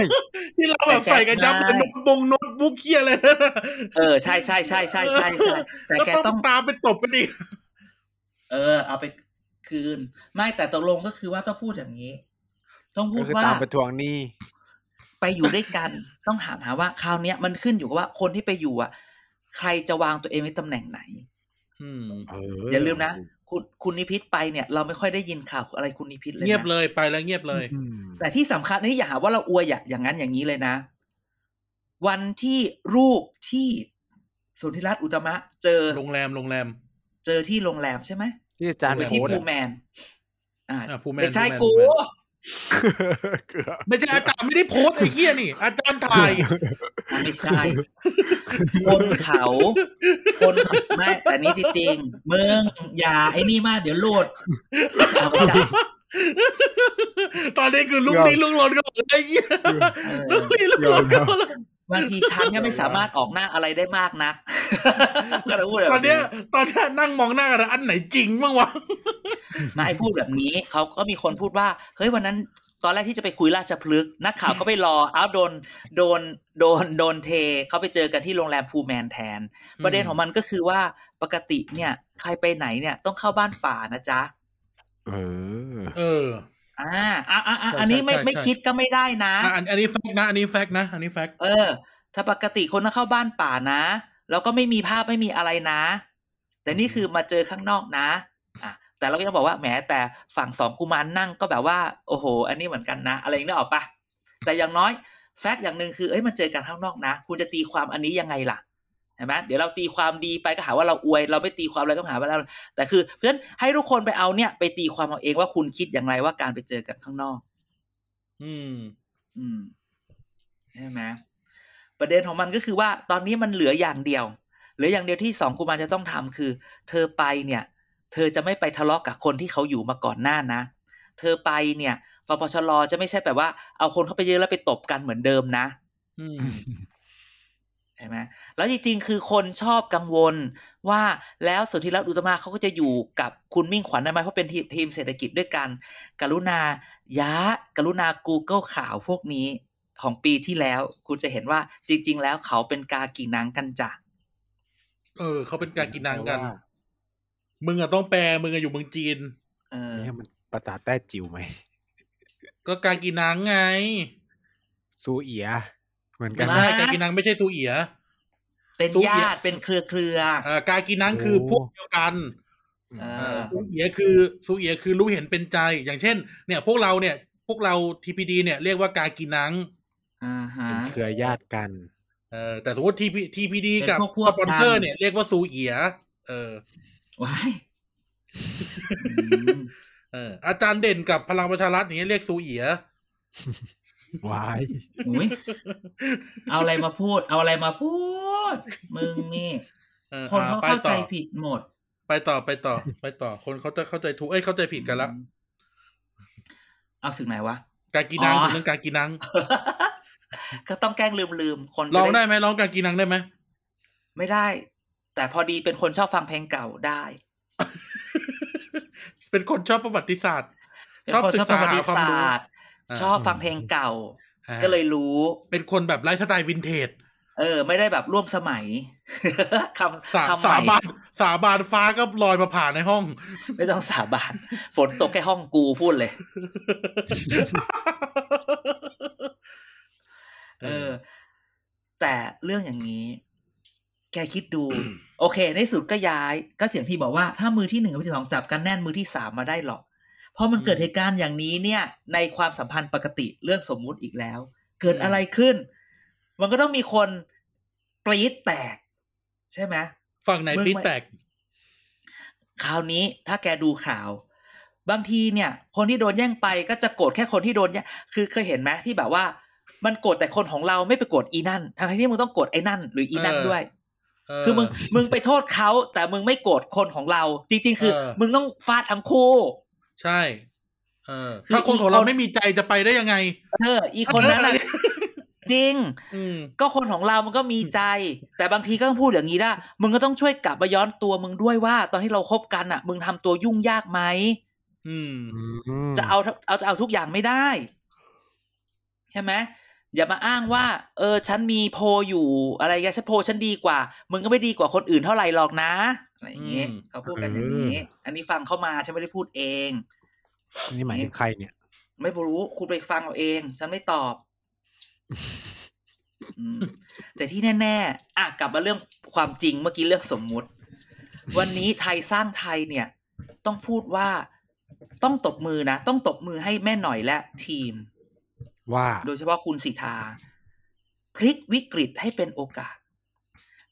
S2: ที่เราแบบใส่กันยับเลยโน้ตบงโน้ตบุ๊กเคียอะไรนั่นอะ
S1: เออใช่ใช่ใช่ใช่ใช่ใช่แต่แก
S2: ล้ว
S1: ต้อง
S2: ตามไปตบกันอีก
S1: เออ เอาไปคืน ไม่แต่ตกลงก็คือว่าต้องพูดอย่างนี้ ต้องพู
S3: ก็
S1: ด
S3: คือ
S1: ว่า
S3: ตามไปทวงหนี้
S1: ไปอยู่ด้วยกัน ต้องถามหาว่าคราวเนี้ยมันขึ้นอยู่กับว่าคนที่ไปอยู่อ่ะ ใครจะวางตัวเองไว้ตำแหน่งไหน
S2: อืม
S3: เอ
S1: อย่าลืมนะ คุณคุณนิพิษไปเนี่ย เราไม่ค่อยได้ยินข่าวอะไรคุณนิพิษเลยนะ
S2: เงียบเลยไปแล้วเงียบเลย
S3: อืม
S1: แต่ที่สำคัญนี่อย่าหาว่าเราอวยอย่าอย่างนั้นอย่างนี้เลยนะ วันที่รูปที่สุนทรรัตน์อุตตมะ เจอ
S2: โรงแรมโรงแรม
S1: เจอที่โรงแรมใช่ไหม
S3: ที่อาจารย์
S1: หรือ
S3: โพ
S1: ที่
S3: สต์
S1: ภู
S3: อะ
S1: แมน อ่า
S2: อ่ะภูแมน
S1: ไม่ใช่
S2: ภูแมน
S1: กู
S2: ภูแมน
S3: เกือบ
S2: ไม่
S1: <laughs>
S2: ใช่อาจารย์ไม่ได้โพสต์ไอ้เหี้ยนี่ อาจารย์ถ่าย
S1: ไม่ใช่ คนเขาคนไม่แต่นี่จริงๆมึงอย่าไอ้นี่มากเดี๋ยวโหลดเอาไม่ใช่
S2: ตอนนี้คือลุกนี้ลุกลนก็เหมือนไอ้เหี้ย
S1: เอ
S2: ลุ
S1: อก
S2: นี้ลุกลนก็เหมือน
S1: บางทีฉันเนี่ยไม่สามารถออกหน้าอะไรได้มากนัก ก็เลยพูดแบ
S2: ตอน
S1: บ
S2: เนี้ย
S1: นี้
S2: ตอนเนี้ยนั่งมองหน้ากันนะอันไหนจริงบ้างวะ
S1: มาไอ้พูดแบบนี้เขาก็มีคนพูดว่าเฮ้ยวันนั้น ตอนแรกที่จะไปคุยราชพฤกษ์นักข่าวก็ไปรอเอ้าโดนโดนโดนโดนเทเขาไปเจอกันที่โรงแรมภูแมนแทน ประเด็นของมันก็คือว่าปกติเนี่ย ใครไปไหนเนี่ยต้องเข้าบ้านป่านะจ๊ะ
S3: เออ
S2: เออ
S1: อ่าอ่าอ่าอ่า
S2: ใช่
S1: อันนี้ไม่
S2: ใช่ใช่
S1: ไม่คิดก็ไม่ได้นะ
S2: อ่ะอันอันนี้แฟกต์นะ อันนี้แฟกต์นะ อันนี้แฟกต์
S1: เออ ถ้าปกติคนต้องเข้าบ้านป่านะ แล้วก็ไม่มีภาพไม่มีอะไรนะ แต่นี่คือมาเจอข้างนอกนะ อ่ะ แต่เราก็ยังบอกว่าแหมแต่ฝั่งสองกุมารนั่งก็แบบว่า โอ้โห อันนี้เหมือนกันนะ อะไรนึกออกปะแต่อย่างน้อยแฟกต์อย่างหนึ่งคือเอ้ยมันเจอกันข้างนอกนะ คุณจะตีความอันนี้ยังไงล่ะเห็นไหมเดี๋ยวเราตีความดีไปก็หาว่าเราอวย เราไม่ตีความอะไรก็หาว่าเรา แต่คือ เพื่อนนให้ทุกคนไปเอาเนี่ย ไปตีความเอาเองว่าคุณคิดอย่างไรว่าการไปเจอกันข้างนอก
S2: อืม
S1: อืมใช่ไหมประเด็นของมันก็คือว่าตอนนี้มันเหลืออย่างเดียว เหลืออย่างเดียวที่สองกุมารจะต้องทำคือ เธอไปเนี่ย เธอจะไม่ไปทะเลาะกับคนที่เขาอยู่มาก่อนหน้านะ เธอไปเนี่ยปปชรจะไม่ใช่แบบว่าเอาคนเข้าไปเยอะแล้วไปตบกันเหมือนเดิมนะ
S2: อืม
S1: ใช่ไหมแล้วจริงๆ คือคนชอบกังวลว่าแล้วสุทธิรัตน์อุตตมาเขาก็จะอยู่กับคุณมิ่งขวัญได้ไหมเพราะเป็นทีมทีมเศรษฐกิจด้วยกัน กรุณา ยะ กรุณา Google ข่าวพวกนี้ ของปีที่แล้ว คุณจะเห็นว่าจริง ๆ แล้วเขาเป็นกากีนังกันจ่ะ
S2: เออเขาเป็นการกินนางกัน มึงอะต้องแปลมึงอะอยู่เมืองจีน
S1: เออ
S3: เนี่ยมันภาษาแต้จิ๋วไหม
S2: ก็การกินนางไง
S3: ซูเอีย เหมือนกั
S2: ไม่
S3: น
S2: ใช่
S1: มา
S2: การกินนางไม่ใช่ซูเอีย
S1: เป็น
S2: ซุป
S1: ญา
S2: เนี่ย
S1: ติเป็นเครือเครือ
S2: อ่าการกินนางคือ
S3: โอ้
S2: พวกเดียวกัน
S1: เอ
S2: อ่า
S1: อ
S2: ซูเอียคือซูเอียคือรู้เห็นเป็นใจ อย่างเช่น เนี่ยพวกเราเนี่ย พวกเราทีพีดีเนี่ยเรียกว่าการกินนาง
S1: อ่าฮะ
S3: เป็นเครือญาติกัน
S2: เออแต่สมมติทีพีทีพีดี
S1: เป็น
S2: กับ
S1: พวกพวก
S2: สปอนเซอ
S1: กั
S2: ร์
S1: น
S2: เนี่ยเรียกว่าซูเอีย เออ
S1: ว้าย
S2: เอออาจารย์เด่นกับพลังประชารัฐอย่างเงี้ยเรียกซูเอีย
S3: วาย
S1: อืมอุ๊ยเอาอะไรมาพูด เอาอะไรมาพูด มึงนี่
S2: เออ
S1: คน
S2: อ่
S1: เขา
S2: ไป
S1: เข้าใจ
S2: ต่อ
S1: ผิดหมด
S2: ไปต่อไปต่อ ไปต่อ คนเขาจะเข้าใจถูกเอ้ยเข้าใจผิดกันละ
S1: เอาถึงไหนวะ
S2: การกินนัง
S1: อ๋อ
S2: ถึงเรื่องการกินนัง
S1: ก็ต้องแกล้งลืมลืมๆคนจะ
S2: ร้องได้ไหมร้องการกินนังได้ไหม
S1: ไม่ได้ แต่พอดีเป็นคนชอบฟังเพลงเก่าได้
S2: เป็นคนชอบประวัติศาสตร์
S1: เป็นคนชอบประวัติศาสตร์
S2: อ่า
S1: ชอบฟังเพลงเก่า
S2: อ่า
S1: ก็เลยรู้
S2: เป็นคนแบบไลฟ์สไตล์วินเทจ
S1: เออ ไม่ได้แบบร่วมสมัย <laughs> ค
S2: สา
S1: ำคำให
S2: สา
S1: ม่
S2: บานสาบานฟ้าก็ลอยมาผ่านในห้อง
S1: ไม่ต้องสาบานฝนตกแค่ห้องกูพูดเลย เออ แต่เรื่องอย่างนี้ แกคิดดู โอเค ในสุดก็ย้าย ก็เสียงที่บอกว่าถ้ามือที่หนึ่งกับมือที่สองจับกันแน่นมือที่สามมาได้หรอก เพราะมันเกิด
S2: อืม
S1: เหตุการณ์อย่างนี้เนี่ย ในความสัมพันธ์ปกติเรื่องสมมุติอีกแล้ว เกิด
S2: อืม
S1: อะไรขึ้น มันก็ต้องมีคนปรี๊ดแตก ใช่ไหม
S2: ฝั่งไหนปีแตก
S1: คราวนี้ถ้าแกดูข่าว บางทีเนี่ย คนที่โดนแย่งไปก็จะโกรธแค่คนที่โดนแย่งคือเคยเห็นไหมที่แบบว่า มันโกรธแต่คนของเราไม่ไปโกรธอีนั่นทั้งที่มึงต้องโกรธไอ้นั่น หรืออีนั่น
S2: เออ
S1: ด้วย
S2: เ
S1: คือมึงมึงไปโทษเขาแต่มึงไม่โกรธคนของเรา จริงๆ คือ
S2: เออ
S1: มึงต้องฟาดทั้งคู่
S2: ใช่ เออ
S1: คือ
S2: ถ้าคนของเรา
S1: อีกคน
S2: ไม่มีใจจะไปได้ยังไง
S1: เออ อีคนนั้นน่ะ จริง
S2: อืม
S1: ก็คนของเรามันก็มีใจ แต่บางทีก็ต้องพูดอย่างนี้ได้มึงก็ต้องช่วยกลับมาย้อนตัวมึงด้วยว่า ตอนที่เราคบกันอ่ะ มึงทำตัวยุ่งยากไหม
S2: อืม
S3: ม
S1: จะเอาเอาจะเอาทุกอย่างไม่ได้ใช่ไหมอย่ามาอ้างว่า เออ ฉันมีโพลอยู่อะไรเงี้ยฉันโพลฉันดีกว่า มึงก็ไม่ดีกว่าคนอื่นเท่าไหร่หรอกนะอะไรอย่างเงี้ย
S2: อืม
S1: เขาพูดกันอย่างนี้ อันนี้ฟังเข้ามาฉันไม่ได้พูดเอง
S3: นี่หมายถึงใครเนี่ย
S1: ไม่รู้คุณไปฟังเอาเอง ฉันไม่ตอบอืมแต่ที่แน่ๆอ่ะกลับมาเรื่องความจริงเมื่อกี้เรื่องสมมุติ วันนี้ไทยสร้างไทยเนี่ย ต้องพูดว่าต้องตบมือนะ ต้องตบมือให้แม่หน่อยและทีม
S3: ว่า
S1: โดยเฉพาะคุณสิทธาพลิกวิกฤตให้เป็นโอกาส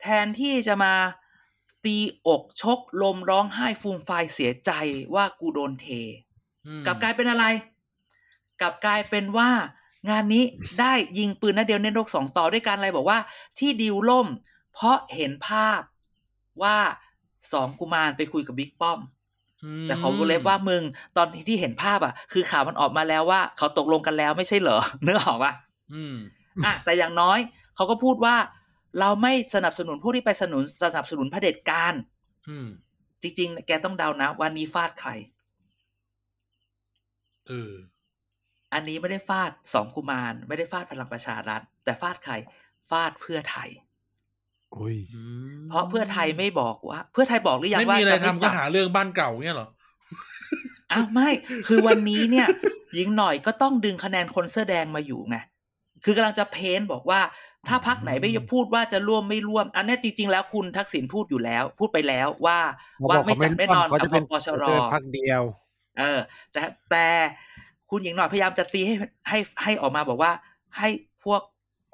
S1: แทนที่จะมาตีอกชกลมร้องไห้ฟูมฟายเสียใจว่ากูโดนเท
S2: อืม
S1: กลับกลายเป็นอะไร กลับกลายเป็นว่างานนี้ได้ยิงปืนนัดเดียวเน้นรกสองต่อด้วยการอะไรบอกว่า ที่ดิวล่ม เพราะเห็นภาพว่าสองกุมารไปคุยกับบิ๊กป้อม แต่ขอวงเล็บว่ามึงตอนที่เห็นภาพอ่ะ คือข่าวมันออกมาแล้วว่า เขาตกลงกันแล้วไม่ใช่เหรอ เนื้อออกอ่ะ
S2: อืม <laughs>
S1: อ่ะแต่อย่างน้อยเขาก็พูดว่า เราไม่สนับสนุนผู้ที่ไปสนุนสนับสนุนเผด็จการ
S2: อืม
S1: จริง ๆ แกต้องเดานะวันนี้ฟาดใคร
S2: เออ
S1: อันนี้ไม่ได้ฟาดสองกุมาร ไม่ได้ฟาดพลังประชารัฐ แต่ฟาดใคร ฟาดเพื่อไทย
S3: โอ้ย
S2: อืม
S1: เพราะเพื่อไทยไม่บอกว่า เพื่อไทยบอกหรือยัง
S2: ไม่
S1: ว่า
S2: มีอะไร
S1: จะไม่
S2: ทำก็
S1: จับ
S2: หาเรื่องบ้านเก่าเงี้ยเหรอ
S1: อ้าวไม่ คือวันนี้เนี่ย หญิงหน่อยก็ต้องดึงคะแนนคนเสื้อแดงมาอยู่ไงคือกำลังจะเพ้นบอกว่า ถ้าพักไหนไม่พูดว่าจะร่วมไม่ร่วม อันเนี้ยจริง ๆ แล้วคุณทักษิณพูดอยู่แล้ว พูดไปแล้วว่าว่าไม่จับแน่นอน
S3: เขา
S1: กับ
S3: จะเป็น
S1: ปปชร
S3: เขาจะเป็นพักเดียว
S1: เออแต่แต่คุณหญิงหน่อยพยายามจะตีให้ให้ให้ออกมาบอกว่า ให้พวก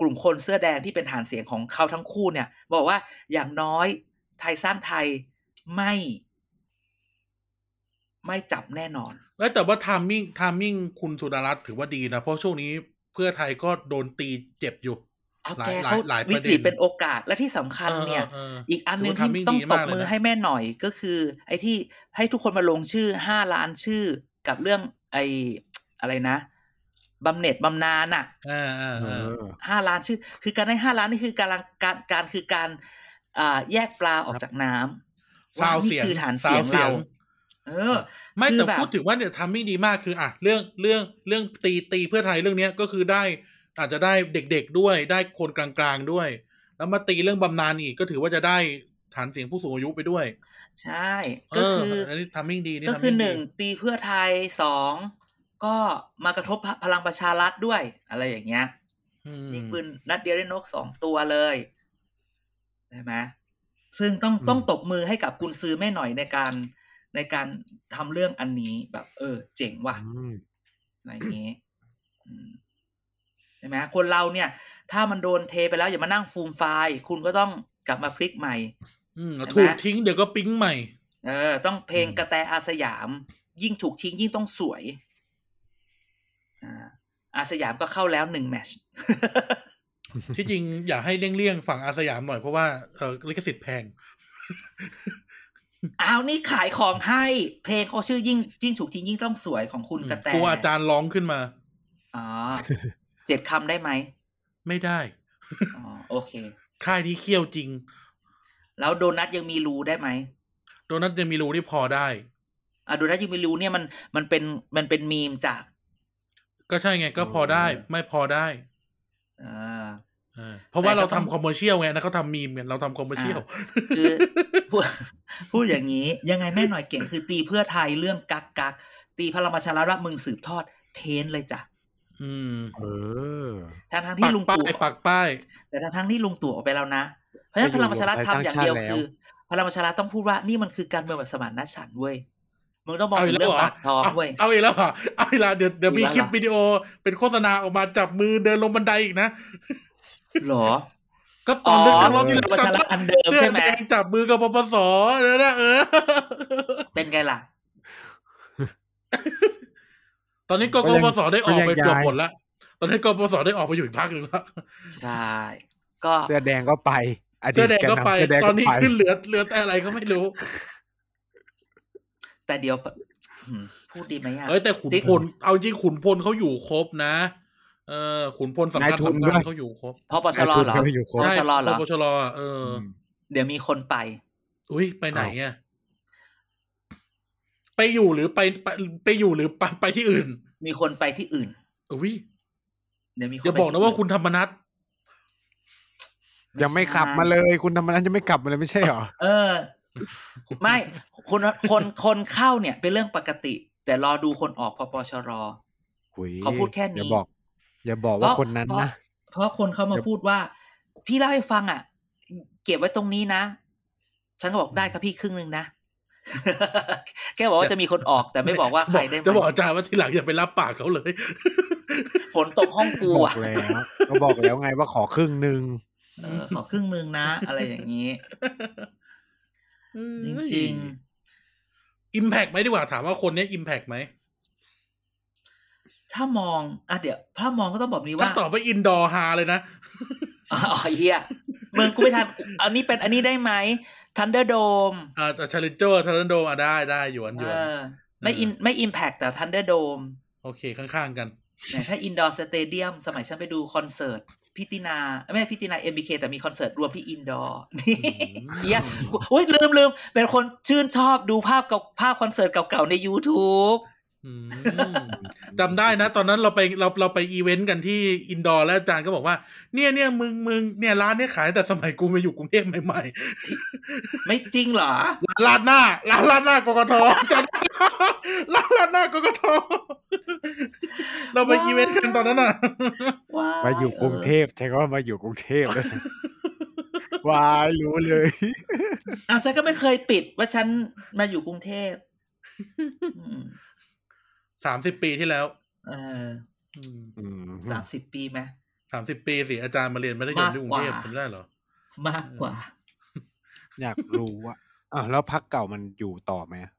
S1: กลุ่มคนเสื้อแดงที่เป็นฐานเสียงของเขาทั้งคู่เนี่ย บอกว่าอย่างน้อยไทยสร้างไทยไม่ ไม่จับแน่นอน
S2: เอ้ยแต่ว่าทามมิ่งทามมิ่งคุณสุดารัตน์ถือว่าดีนะ เพราะช่วงนี้เพื่อไทยก็โดนตีเจ็บอยู่
S1: เอา
S2: หลาย
S1: แก
S2: หลาย
S1: เขา
S2: หลายประเด็น
S1: วิกฤตเป็นโอกาสและที่สำคัญเนี่ย
S2: ออออ
S1: อีกอันหนึ่ง
S2: ถือว่า
S1: ที่
S2: timing
S1: ต้อง
S2: ดี
S1: ต
S2: มาก
S1: บ
S2: เลยนะ
S1: มือให้แม่หน่อยก็คือ ไอ้ที่ให้ทุกคนมาลงชื่อห้าล้านชื่อกับเรื่องไอ้อะไรนะบำเหน็จบำนาญอะ
S2: เออเออ
S3: เอ
S2: เออ
S3: อ
S1: ห้าล้านชื่อ คือการได้ห้าล้านนี่คือการการการคือการอ่าแยกปลาออกจากน้ำ
S2: ซาวเสียง
S1: นี่คือฐานเสียงเรา เออ
S2: ไม่
S1: คือ
S2: แต่
S1: แบบ
S2: พูดถึงว่าเนี่ยทามมิ่งดีมากคือ อ่ะ เรื่องเรื่องเรื่องตีตีเพื่อไทยเรื่องเนี้ยก็คือได้ อาจจะได้เด็กๆด้วยได้คนกลางๆด้วย แล้วมาตีเรื่องบำนาญอีกก็ถือว่าจะได้ฐานเสียงผู้สูงอายุไปด้วย
S1: ใช่ ก็คือ
S2: เอันนี้ทามมิ่งดีนี่
S1: ก็คือ
S2: ทำมิ่
S1: หนึ่ง
S2: ดี
S1: ตีเพื่อไทยสองก็มากระทบพพลังประชารัฐด้วย อะไรอย่างเงี้ย
S2: อืม
S1: ยิงปืนนัดเดียวได้นกสองตัวเลยใช่ไหมซึ่งต้อง
S2: อืม
S1: ต้องตบมือให้กับกุนซือแม่หน่อยในการในการทำเรื่องอันนี้แบบ เออ เจ๋งว่ะ
S3: อืม
S1: อะไรอย่างนี้อืมใช่ไหมคนเราเนี่ย ถ้ามันโดนเทไปแล้วอย่ามานั่งฟูมไฟล์คุณก็ต้องกลับมาพลิกใหม่
S2: อืม
S1: เห็นไหม
S2: ถูกทิ้งเดี๋ยวก็ปิ๊งใหม่
S1: เออ ต้องเพลง
S2: อืม
S1: กระแตอาสยาม ยิ่งถูกทิ้งยิ่งต้องสวย อ่า อาสยามก็เข้าแล้วหนึ่งแมตช
S2: <laughs> ที่จริงอยากให้เลี่ยงๆฝั่งอาสยามหน่อยเพราะว่าเอ่อลิขสิทธิ์แพง
S1: อ้าวนี่ขายของให้ เพลงเขาชื่อยิ่งยิ่งถูกทิ้งยิ่งต้องสวยของคุณ
S2: อืม
S1: กระแต
S2: ครูอาจารย์ร้องขึ้นมา
S1: อ๋อเจ็ดคำได้ไหม
S2: ไม่ได้
S1: อ๋อโอเค
S2: ค่ายนี้เคี่ยวจริง
S1: แล้วโดนัทยังมีรูได้ไหม
S2: โดนัทจะมีรูที่พอได้
S1: อ่ะโดนัทยังมีรูเนี่ยมันมันเป็นมันเป็นมีมจาก
S2: ก็ใช่ไงก็พอได้
S1: เออ
S2: ไม่พอได้
S1: เออ
S2: เออเพราะว่า
S1: แต่ก็
S2: เรา
S1: ต้อง
S2: ทำคอมเมอร์เชียลไงนะเขาทำมีมไงเราทำคอมเมอร์เชียล
S1: คือพูดพูดอย่างนี้ ยังไงแม่หน่อยเก่งคือตีเพื่อไทยเรื่องกักกักตีพลังประชารัฐว่ามึงสืบทอดเพ้นเลยจ้ะ
S2: อืม
S3: เออ
S1: ทั้งทั้งๆ
S2: ปั
S1: ที่
S2: ก
S1: ลุง
S2: ป้า
S1: ตู่
S2: ยปักป้าย
S1: แต่ทั้งทั้งๆที่ลุงตู่ออกไปแล้วนะเพราะฉะนั้น
S3: ไปอ
S1: พ
S3: ยู่
S1: ลังประชารัฐทำอย่างเดียว
S3: ไทยสร้างชาติแล้ว
S1: คือ พลังประชารัฐต้องพูดว่านี่มันคือการเมืองแบบสมานนัฉันท์เว้ยมึงต้องมอง
S2: เอาอีก
S1: ถึ
S2: แล้
S1: งเรื่
S2: ว
S1: อง
S2: เหรอ
S1: ปากท้อง
S2: เอา
S1: เว้ย
S2: เอาอีกแล้วเหรอเอาอีกแล้วเดี๋ยวเดี๋ยวมี
S1: อีกแล้ว
S2: คลิป
S1: เหรอ
S2: วิดีโอเป็นโฆษณาออกมาจับมือเดินลงบันไดอีกนะ
S1: หรอ
S2: ก็ต
S1: อ๋
S2: อ
S1: อน
S2: เลือกตั้งร
S1: พ
S2: อบที่
S1: ลั
S2: แล้
S1: ง
S2: ว
S1: ประชารัฐ
S2: จำ
S1: อันเดิม
S2: เสื้อ
S1: ใช่ไหม
S2: แดงจับมือกับปปสเนี่ยนะเออ
S1: เป็นไงล่ะ
S2: ตอนนี้ก
S3: ก็
S2: ก
S3: ยัง
S2: ปสได้ออก
S3: ก็ยัง
S2: ไปเกือบ
S3: ย้าย
S2: หมดละตอนนี้กกปสได้ออกไปอยู่อีกพักหนึ่งละ
S1: ใช่ ก็
S3: เสื้อแดงก็ไปอดี
S2: เสื้อ
S3: ต
S2: แดงก็
S3: นนำ
S2: ไป
S3: เสื้แดง
S2: ตอนนี้ <laughs>
S3: ก็ไป
S2: ขึ้นเหลือเหลือแต่อะไรก็ไม่รู้
S1: แต่เดี๋ยวปะหืมพูดดีไหมอ่ะ
S2: เอ้ยแต่ขุน
S1: จริง
S2: พลเอาจริงขุนพลเขาอยู่ครบนะ เออ ขุนพลสำคัญสำคัญเขาอยู่ครบ
S1: พอปชรเหรอ
S3: นายทุนก็อยู่ครบ
S1: ปชรเหรอ
S2: ปชรเอออ
S3: ม
S1: เดี๋ยวมีคนไป
S2: อุ้ยไปไหนอ่ะไปอยู่หรือไปไปไปอยู่หรือไปไปที่อื่น
S1: มีคนไปที่อื่น
S2: อุ้ย
S1: เดี๋ยวมีคน
S2: อย่าบอกนะว่าคุณธรรมนัท
S1: ปที่อื่น
S3: ยังไม่ขับมาเลยคุณธรรมนันยังไม่กลับมาเลยไม่ใช่เหรอ
S1: เออ ไม่คนคนคนเข้าเนี่ยเป็นเรื่องปกติ แต่รอดูคนออกพอปชร
S3: หุย
S1: ขอพูดแค่นี้
S3: อย่าบอก อย่าบอกว่าคนนั้นนะ
S1: เพราเพราะคนเขามาพูดว่า พี่เล่าให้ฟังอ่ะ เก็บไว้ตรงนี้นะ ฉันก็บอกได้ครับพี่ครึ่งหนึ่งนะ <laughs> แกบอกว่าจะมีคนออกแต่ไม่บอกว่าใครได้ไหม
S2: จะบอกอาจารย์ว่าทีหลังอย่าไปรับปากเขาเลย
S1: ฝนตกห้องกู
S3: บอก
S1: อ่ะ
S3: แล้วก็บอกแล้วไงว่าขอครึ่งหนึ่ง
S1: เออขอครึ่งหนึ่งนะ อะไรอย่างนี้ จริง ๆ
S2: อิมแพกไหมดีกว่าถามว่าคนเนี้ยอิมแพกไหม
S1: ถ้ามองอ่ะเดี๋ยว ถ้ามองก็ต้องบอกนี้
S2: ถ้า
S1: ว่า
S2: ตอบว่าอินดอร์ฮาเลยนะ
S1: อ๋อเฮียมึงกูไม่ทัน อันนี้เป็นอันนี้ได้ไหมทันเดอร์โดม
S2: อ่าชาลิเจอร์ทารันโดอ่ะได้ได้หยวนหย
S1: เอ
S2: วน
S1: อ ไม่อินไม่อิมแพกแต่ทันเดอร์โดม
S2: โอเคข้างๆกัน
S1: เนี่ยถ้าอินดอร์สเตเดียมสมัยฉันไปดูคอนเสิร์ตพิตินาไม่พิตินาเอ็มบีเคแต่มีคอนเสิร์ตรวมที่อินดอร์ <laughs> นี่เฮียกูอุ้ยลืมลืมเป็นคนชื่นชอบดูภาพเก่าภาพคอนเสิร์ตเก่าๆใน YouTube
S2: อืมจำได้นะ ตอนนั้นเราไปเราเราไปอีเวนต์กันที่อินดอร์แล้วอาจารย์ก็บอกว่า เนี่ยเนี่ยมึงมึงเนี่ยร้านเนี่ยขายแต่สมัยกูมาอยู่กรุงเทพใหม่
S1: ไม่จริงเหรอ
S2: ๆร้านลาดหน้าร้านลาดหน้ากกทจำได้ <laughs> ร้านลาดหน้ากกทเราไปอีเวนต์กันตอนนั้นอ่ะ
S1: ว้ว
S3: มาอยู่กรุงเทพใช่ก็มาอยู่กรุงเทพแล้วนะวายรู้เลย
S1: เอออ้าวฉันก็ไม่เคยปิดว่าฉันมาอยู่กรุงเทพอืม
S2: สามสิบปีที่แล้ว
S1: เออ
S3: อืม
S1: สามสิบปีไหม
S2: สามสิบปีสิอาจารย์มาเรียนมัธยมที่กรุงเทพ
S1: มากก
S2: จำ
S1: ว่า
S2: ได้เหรอ
S1: มากกว่า
S3: อยากรู้ว่าอ้าวแล้วพักเก่ามันอยู่ต่อไหมอะ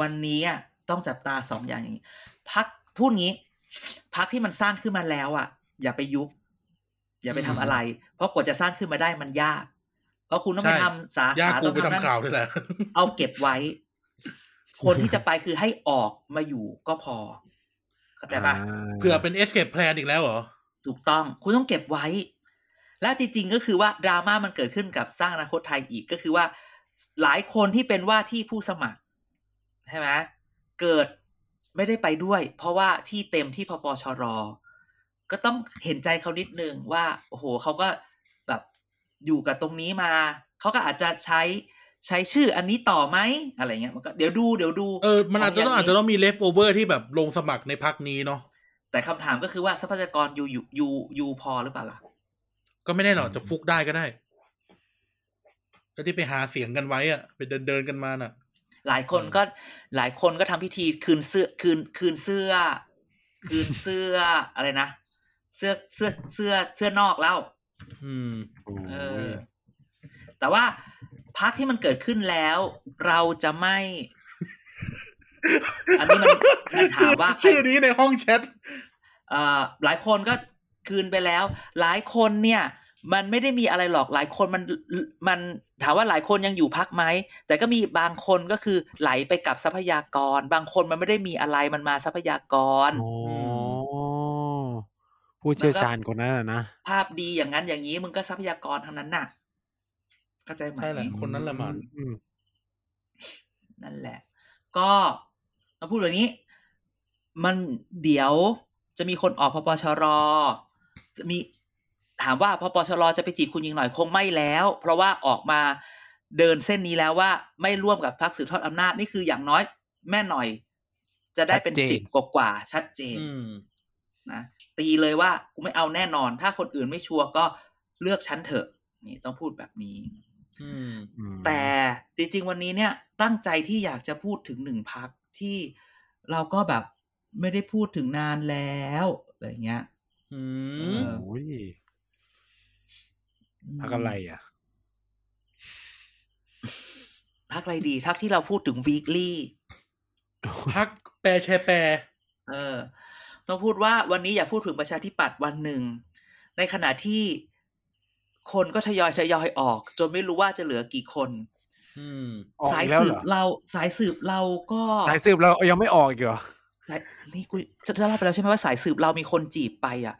S1: วันนี้อ่ะต้องจับตาสองอย่างอย่างนี้ พักพูดงี้ พักที่มันสร้างขึ้นมาแล้วอ่ะ อย่าไปยุบอย่าไปทำ
S2: อืม
S1: อะไร เพราะกว่าจะสร้างขึ้นมาได้มันยาก เพราะคุณต้องไป
S2: ใช่
S1: ทำสาย
S2: าก
S1: ขา
S2: กู
S1: ต้อง
S2: ไป
S1: นั่น
S2: ทำข่าวด้วยแหละ <laughs>
S1: เอาเก็บไว้ คนที่จะไปคือให้ออกมาอยู่ก็พอเข้าใจปะ
S3: อ่า
S2: เผื่อเป็น escape plan อีกแล้วเหรอ
S1: ถูกต้องคุณต้องเก็บไว้ และจริง ๆ ก็คือว่าดราม่ามันเกิดขึ้นกับสร้างอนาคตไทยอีกก็คือว่า หลายคนที่เป็นว่าที่ผู้สมัครใช่ไหมเกิดไม่ได้ไปด้วย เพราะว่าที่เต็มที่พปชร ก็ต้องเห็นใจเขานิดนึงว่า โอ้โหเขาก็แบบอยู่กับตรงนี้มา เขาก็อาจจะใช้ใช้ชื่ออันนี้ต่อไหมอะไรเงี้ยมันก็เดี๋ยวดูเดี๋ยวดู
S2: เออมันอาจจะต้องอาจจะต้องมีเลฟโอเวอร์ที่แบบลงสมัครในพักนี้เนาะ
S1: แต่คำถามก็คือว่าทรัพยากรอยู่อยู่อยู่อยู่พอหรือเปล่าล่ะ
S2: ก็ไม่แน่หรอกจะฟุกได้ก็ได้ก็ที่ไปหาเสียงกันไว้อะไปเดินเดินๆกันมาน่ะ
S1: หลายคนก็หลายคนก็ทำพิธีคืนเสื้อคืนคืนเสื้อ คืนเสื้อ <laughs> อะไรนะเสื้อเสื้อเสื้อเสื้อนอกแล้ว
S2: อืม
S1: เออ แต่ว่าพักที่มันเกิดขึ้นแล้ว เราจะไม่ อันนี้มันมันถามว่าใคร
S2: ชื่อนี้ในห้องแชท
S1: เอ่อหลายคนก็คืนไปแล้ว หลายคนเนี่ย มันไม่ได้มีอะไรหรอกหลายคนมันมันถามว่าหลายคนยังอยู่พักไหมแต่ก็มีบางคนก็คือไหลไปกับทรัพยากร บางคนมันไม่ได้มีอะไรมันมาทรัพยากร
S3: โอ้ผู้เชี่ยวชาญคนนั้นน่ะนะ
S1: ภาพดีอย่างนั้นอย่างนี้มึงก็ทรัพยากรทั้งนั้นน่ะเข้าใจไหม
S2: ใช่แหละ คนนั้นแหละมัน
S3: อืม
S1: นั่นแหละ ก็มาพูดแบบนี้ มันเดี๋ยวจะมีคนออกพปชรมีถามว่าพปชรจะไปจีบคุณยิงหน่อยคงไม่แล้ว เพราะว่าออกมาเดินเส้นนี้แล้วว่าไม่ร่วมกับพรรคสืบทอดอำนาจนี่คืออย่างน้อยแม่หน่อย จะได้เป็นสิบกว่าๆชัดเจน
S2: อืม
S1: นะตีเลยว่ากูไม่เอาแน่นอน ถ้าคนอื่นไม่ชัวร์ก็เลือกฉันเถอะ นี่ต้องพูดแบบนี้
S2: อืม
S3: อืม
S1: แต่จริงๆวันนี้เนี่ยตั้งใจที่อยากจะพูดถึงหนึ่งพักที่เราก็แบบไม่ได้พูดถึงนานแล้วอะไรเงี้ย
S2: อื
S1: เอ
S2: ม
S1: อ
S3: โอ้ยพักอะไรอ่ะ
S1: พักอะไรดีพักที่เราพูดถึง weekly
S2: พักแปรแชร์แปร
S1: เออต้องพูดว่าวันนี้อย่าพูดถึงประชาธิปัตย์วันหนึ่ง ในขณะที่คนก็ทยอยทยอยๆออก จนไม่รู้ว่าจะเหลือกี่คน
S2: อืม
S3: ออก
S1: สาย
S3: อีกแล้ว
S1: สื
S3: เหร
S1: บ
S3: อ
S1: เราสายสืบเราก็
S3: สายสืบเรายังไม่ออกอีกเหรอ
S1: สายนี่กูจะจะเล่าไปแล้วใช่ไหมว่าสายสืบเรามีคนจีบไปอ่ะ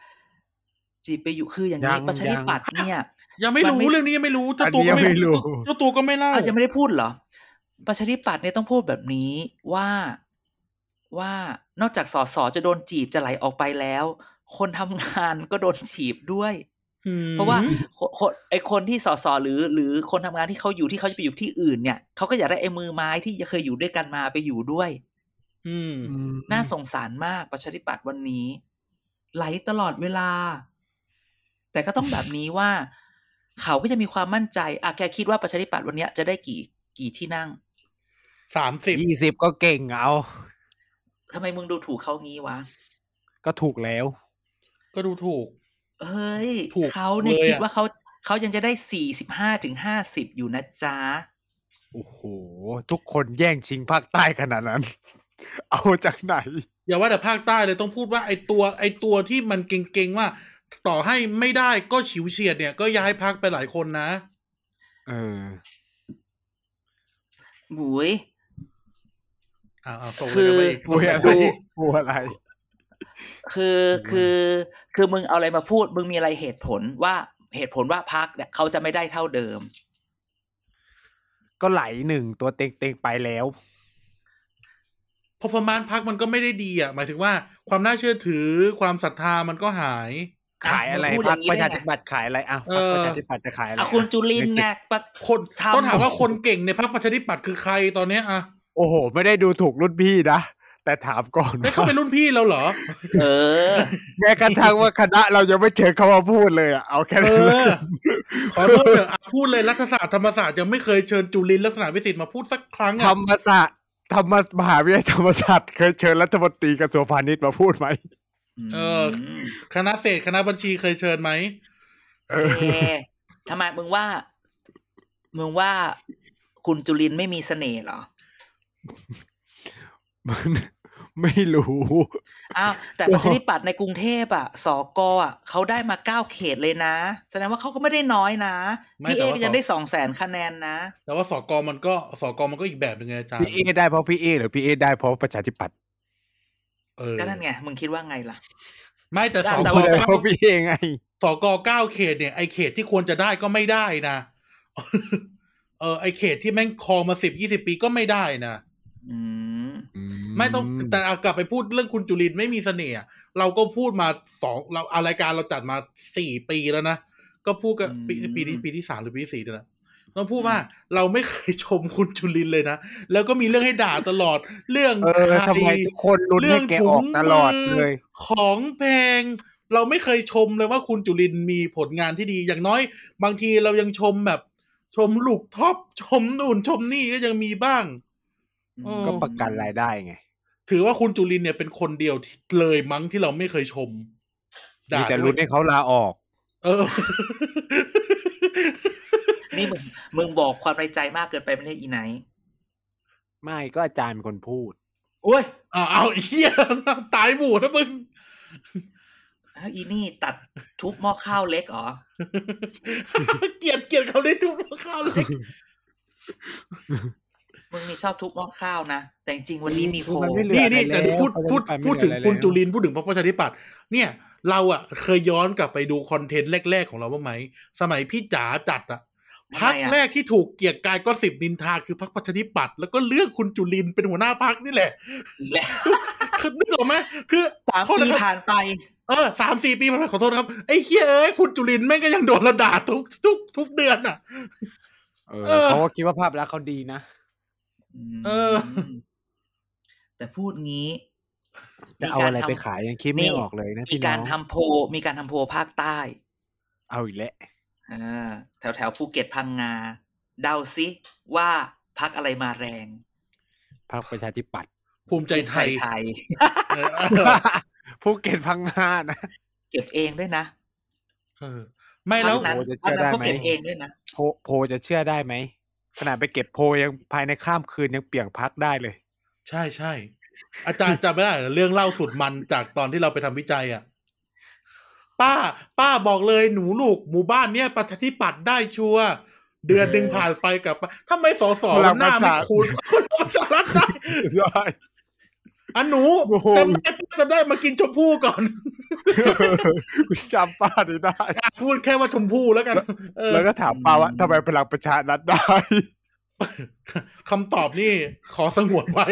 S1: จีบไปอยู่คืออย่าง
S3: ยั
S1: นี้
S3: ง
S1: ประชาธิ
S3: ยัง
S1: ปัตย์เนี่ย
S2: ยังไม่
S1: มันไม่
S2: รู้เรื่องนี้ยังไม่รู้
S3: อั
S2: เจ้าน ตัวก็
S3: นี้ยัง
S2: ไม่
S3: ไม่รู้
S2: เจ้าตัวก็ไม่เล่า
S1: อาจจะยังไม่ได้พูดเหรอ ประชาธิปัตย์เนี่ยต้องพูดแบบนี้ว่าว่านอกจากสสจะโดนจีบจะไหลออกไปแล้ว คนทำงานก็โดนจีบด้วย
S2: อืม
S1: เพราะว่าคนคนไอคนที่สสหรือ หรือคนทำงานที่เขาอยู่ที่เขาจะไปอยู่ที่อื่นเนี่ยเขาก็อยากได้ไอมือไม้ที่เคยอยู่ด้วยกันมาไปอยู่ด้วย
S2: อืม
S1: น่าสงสารมากประชาธิปัตย์วันนี้ ไหลตลอดเวลา แต่ก็ต้องแบบนี้ว่า เขาก็จะมีความมั่นใจอะแกคิดว่าประชาธิปัตย์วันเนี้ยจะได้กี่กี่ที่นั่ง
S2: สามสิบ
S3: ยี่สิบก็เก่งเอา
S1: ทำไมมึงดูถูกเขางี้วะ
S3: ก็ถูกแล้ว
S2: ก็ดูถูก
S1: เฮ้ย
S2: ถูก
S1: เขาเนี่ย
S2: เลยอะ
S1: คิดว่าเขาเขายังจะได้สี่สิบห้าถึงห้าสิบอยู่นะจ๊ะ
S3: โอ้โห ทุกคนแย่งชิงภาคใต้ขนาด <laughs> นั้น เอาจากไหน
S2: อย่าว่าแต่ภาคใต้เลยต้องพูดว่าไอตัวไอตัวที่มันเก่งๆว่า ต่อให้ไม่ได้ก็ฉิวเฉียดเนี่ย ก็ย้ายพักไปหลายคนนะ
S3: เออ
S1: หุย
S2: อ่าส่ง
S1: คื
S2: เลย
S1: อ
S2: นะเว้ย
S3: ก
S1: ดู
S3: ลัวอะไรกลัวอะไร
S1: คือคือคือมึงเอาอะไรมาพูด มึงมีอะไรเหตุผลว่าเหตุผลว่าพักเนี่ยเขาจะไม่ได้เท่าเดิม
S3: ก็ไหลหนึ่งตัวเต็งเต็งๆไปแล้ว
S2: พอฟอร์มานพักมันก็ไม่ได้ดีอ่ะ หมายถึงว่าความน่าเชื่อถือความศรัทธามันก็หาย
S3: ขายอะไร
S1: พูดอ
S3: พรร
S1: ย่าง
S3: ค
S1: นี้
S3: ประ
S1: ได้ไง
S3: ชาธิปัตย์ขายอะไรอ่ะพรรค
S2: เออ
S3: ประชาธิปัตย์จะขายอะไร
S1: อะคุณจุลินทร์
S3: ไม่
S1: นะปะ
S2: คน
S1: ทำ
S2: ต้องถามว่าคนเก่งในพักประชาธิปัตย์คือใครตอนเนี้ยอ่ะ
S3: โอ้โห ไม่ได้ดูถูกรุ่นพี่นะ แต่ถามก่อน
S2: ไม่เขาเป็น
S3: ว่า
S2: รุ่นพี่เรา <laughs> เหรอ
S1: เออ
S3: แม้กระทั่งว่าคณะเรายังไม่เชิญเขามาพูดเลยอ่ะ เอาแค่
S2: เอ
S3: นั้นเล
S2: อ
S3: ย
S2: ขอโทษเถอะอ่ะพูดเลยรัฐศาสตร์ธรรมศาสตร์ยังไม่เคยเชิญจุลินลักษณะวิสิทธิ์มาพูดสักครั้ง
S3: ธร
S2: อ่ะ
S3: รมศาสตร์ธรรมมหาวิทยาลัยธรรมศาสตร์เคยเชิญรัฐมนตรีกระทรวงพาณิชย์มาพูดไหม
S1: เอ
S2: คณะเศรษฐคณะบัญชีเคยเชิญไหม
S3: เอ
S1: โอ
S3: อ
S1: เคทำไมมึงว่า มึงว่า คุณจุลินทร์ไม่มีเสน่ห์เหรอ
S3: มันไม่รู้
S1: อ้าว แต่ประชาธิปัตย์ในกรุงเทพอ่ะ สกอ่ะเขาได้มาเก้าเขตเลยนะ แสดงว่าเขาก็ไม่ได้น้อยนะ พี่เอกยังได้สองแสนคะแนนนะ
S2: แต่ว่าสกมันก็สกมันก็อีกแบบหนึ่งไงอาจารย์
S3: พี่เอได้เพราะพี่เอหรือพี่เอได้เพราะประชาธิปัตย์
S2: เออ
S1: ก็นั่นไง มึงคิดว่าไงล่ะ
S2: ไม่แต่
S1: ได้
S2: ส
S1: แต่
S2: ก
S1: ว่า
S3: เพราะพี่เอไง
S2: สกเก้าเขตเนี่ยไอเขตที่ควรจะได้ก็ไม่ได้นะ <laughs> เออไอเขตที่แม่งครองมาสิบยี่สิบปีก็ไม่ได้นะ
S1: อืม
S2: ไม่ต้องแต่เอากลับไปพูดเรื่องคุณจุลินไม่มีเสน่ห์อะ เราก็พูดมาสองเราอารายการเราจัดมาสี่ปีแล้วนะ ก็พูดกัน
S1: อืม
S2: ปีปีที่ปีที่สามหรือปีที่สี่เนี่ยนะเราพูดว่าเราไม่เคยชมคุณจุลินเลยนะ แล้วก็มีเรื่องให้ด่าตลอดเรื่อง
S3: เออทำไม
S2: ใคร
S3: ทุกคนลุ้นให้แกออกตลอดเลย
S2: ของแพงเราไม่เคยชมเลยว่าคุณจุลินมีผลงานที่ดี อย่างน้อย บางทีเรายังชมแบบ ชมลูกท็อปชมนู่นชมนี่ก็ยังมีบ้าง เออ
S3: ก็ประกันรายได้ไง
S2: ถือว่าคุณจุลินเนี่ยเป็นคนเดียวที่เลยมั้งที่เราไม่เคยชม
S3: มีแต่ลุ้นให้เขาลาออก
S2: เออ <laughs>
S1: นี่มึงมึงบอกความในใจมากเกินไปไม่ได้อีไนท์
S3: ไม่ก็อาจารย์เป็นคนพูด
S1: โอ้ย
S2: เอาเอาไอ้เฮีย <laughs> ตายหมู่นะมึง <laughs>
S1: เอ้าอีนี่ตัดทุบหม้อข้าวเล็กเหรอ
S2: เกลียดเกลียดเขาได้ทุกข้าวเลย
S1: มึงนี่ชอบทุบหม้อข้าวนะ แต่จริงๆวันนี้มีโพล
S3: มันไม่เหลือ
S2: นี่นี่แต่พูด
S3: ประชาธิ
S2: พูดพู
S3: ปัตย์ไม่
S2: ดถึง
S3: เหลืออะไร
S2: คุณ
S3: แล้ว
S2: จุลินพูดถึงพรรคประชาธิปัตย์เนี่ย เราอ่ะ เคยย้อนกลับไปดูคอนเทนต์แรก ๆ ของเราบ้างไหม สมัยพี่จ๋าจัดอ่ะ
S1: ทำ
S2: พัก
S1: ไมอะ
S2: แรกที่ถูกเกลียดกายก็สิบนินทาคือพักประชาธิปัตย์แล้วก็เลือกคุณจุลินเป็นหัวหน้าพักนี่แหละ
S1: อีกแล้ว
S2: คือนึกออกไหมคือ
S1: สาม
S2: โทษ
S1: ปี
S2: นะครับ
S1: ผ่านไป
S2: เออสามสี่ปีผ่านไปขอโทษนะครับไอ้เฮียเอ้ยคุณจุลินแม่งก็ยังโดนระดาทุกทุกทุกเดือนอ่ะ
S3: เออ
S2: เออ
S3: เขาก็คิดว่าภาพลักษณ์เขาดีนะ
S1: ม
S2: เออ
S1: แต่พูดงี้
S3: จะเอาอะไรไปขายยังคิดไม่ออกเลยนะ
S1: มี
S3: พี่น้
S1: การ
S3: อง
S1: ทำโพลมีการทำโพลภาคใต้
S3: เอาอีกแล้ว
S1: อ่าแถวแถวภูเก็ตพังงา เดาซิว่าพักอะไรมาแรง
S3: พรรคประชาธิปัตย์
S2: ภูมิใจไทย
S1: ภูมิไทย
S2: เออ
S3: <laughs> ภูเก็ตพังงานะ
S1: เก็บเองด้วยนะ
S2: เออ ไม่แล้ว
S1: พักนั้น
S3: โอ้จะเชื่
S1: พัก
S3: อ
S1: นั้นเขาเก็
S3: ได้ไหม
S1: บเองด้วยนะ
S3: โพโพลจะเชื่อได้ไหมขนาดไปเก็บโพลยังภายในข้ามคืนยังเปลี่ยงพักได้เลย
S2: ใช่ใช่อาจารย์จำไม่ได้เหรอเรื่องเล่าสุดมันจากตอนที่เราไปทำวิจัยอ่ะ ป้า ป้าบอกเลยหนูลูกหมู่บ้านเนี้ยประชาธิปัตย์ได้ชัวร์เดือนหนึ่งผ่านไปกลับมาทำไมสอสอ
S3: พลัง
S2: หน้า
S3: ประ
S2: ไม่
S3: ชา
S2: คุ้น <laughs> คนประชารัฐได้อันหนู
S3: โอ้โห
S2: จำได้จำได้มากินชมพู่ก่อน
S3: กูจำป้าได้ได้
S2: พูดแค่ว่าชมพู่แล้วกันเออ
S3: แล้วก็ถามป้าว่าทำไมพลังประชารัฐได้
S2: คำตอบนี่ขอสงวนไว้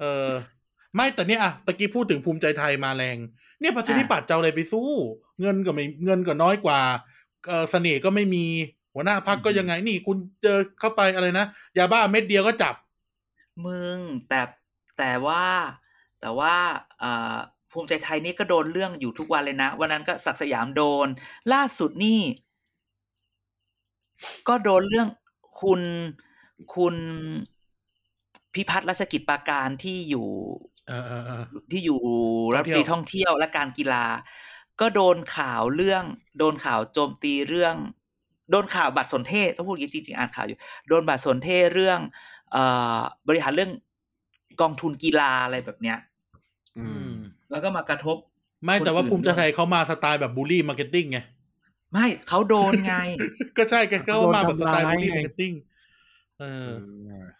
S2: เออ ไม่แต่เนี่ยอะตะกี้พูดถึงภูมิใจไทยมาแรง เนี่ยประชาธิปัตย์จะเอาอะไรไปสู้ เงินก็ไม่เงินก็น้อยกว่าเออเสน่ห์ก็ไม่มีหัวหน้าพักก็ยังไง นี่คุณเจอเข้าไปอะไรนะยาบ้าเม็ดเดียวก็จับ
S1: มึงแต่แต่ว่าแต่ว่าเอ่อภูมิใจไทยนี่ก็โดนเรื่องอยู่ทุกวันเลยนะ วันนั้นก็ศักดิ์สยามโดน ล่าสุดนี่ ก็โดนเรื่องคุณคุณพิพัฒน์รัชกิจปราการที่อยู่
S2: เออเออเออ
S1: ที่อยู่รัฐมนตรีท่องเที่ยวและการกีฬา ก็โดนข่าวเรื่อง โดนข่าวโจมตีเรื่อง โดนข่าวบัตรสนเทศต้องพูดอย่างนี้จริงๆอ่านข่าวอยู่ โดนบัตรสนเทศเรื่อง เอ่อบริหารเรื่องกองทุนกีฬาอะไรแบบเนี้ย
S2: อืม
S1: แล้วก็มากระทบ
S2: ไม่แต่ว่า
S1: คนอื่น
S2: ภูมิใจไทยเขามาสไตล์แบบบูลลี่มาร์เก็ตติ้งไง
S1: ไม่เขาโดนไง
S2: ก็ใช่กันเขามาแบบสไตล์
S3: โดนทำร้าย
S2: บูลลี่
S3: ไง
S2: มาร์เก็ตติ้งเออ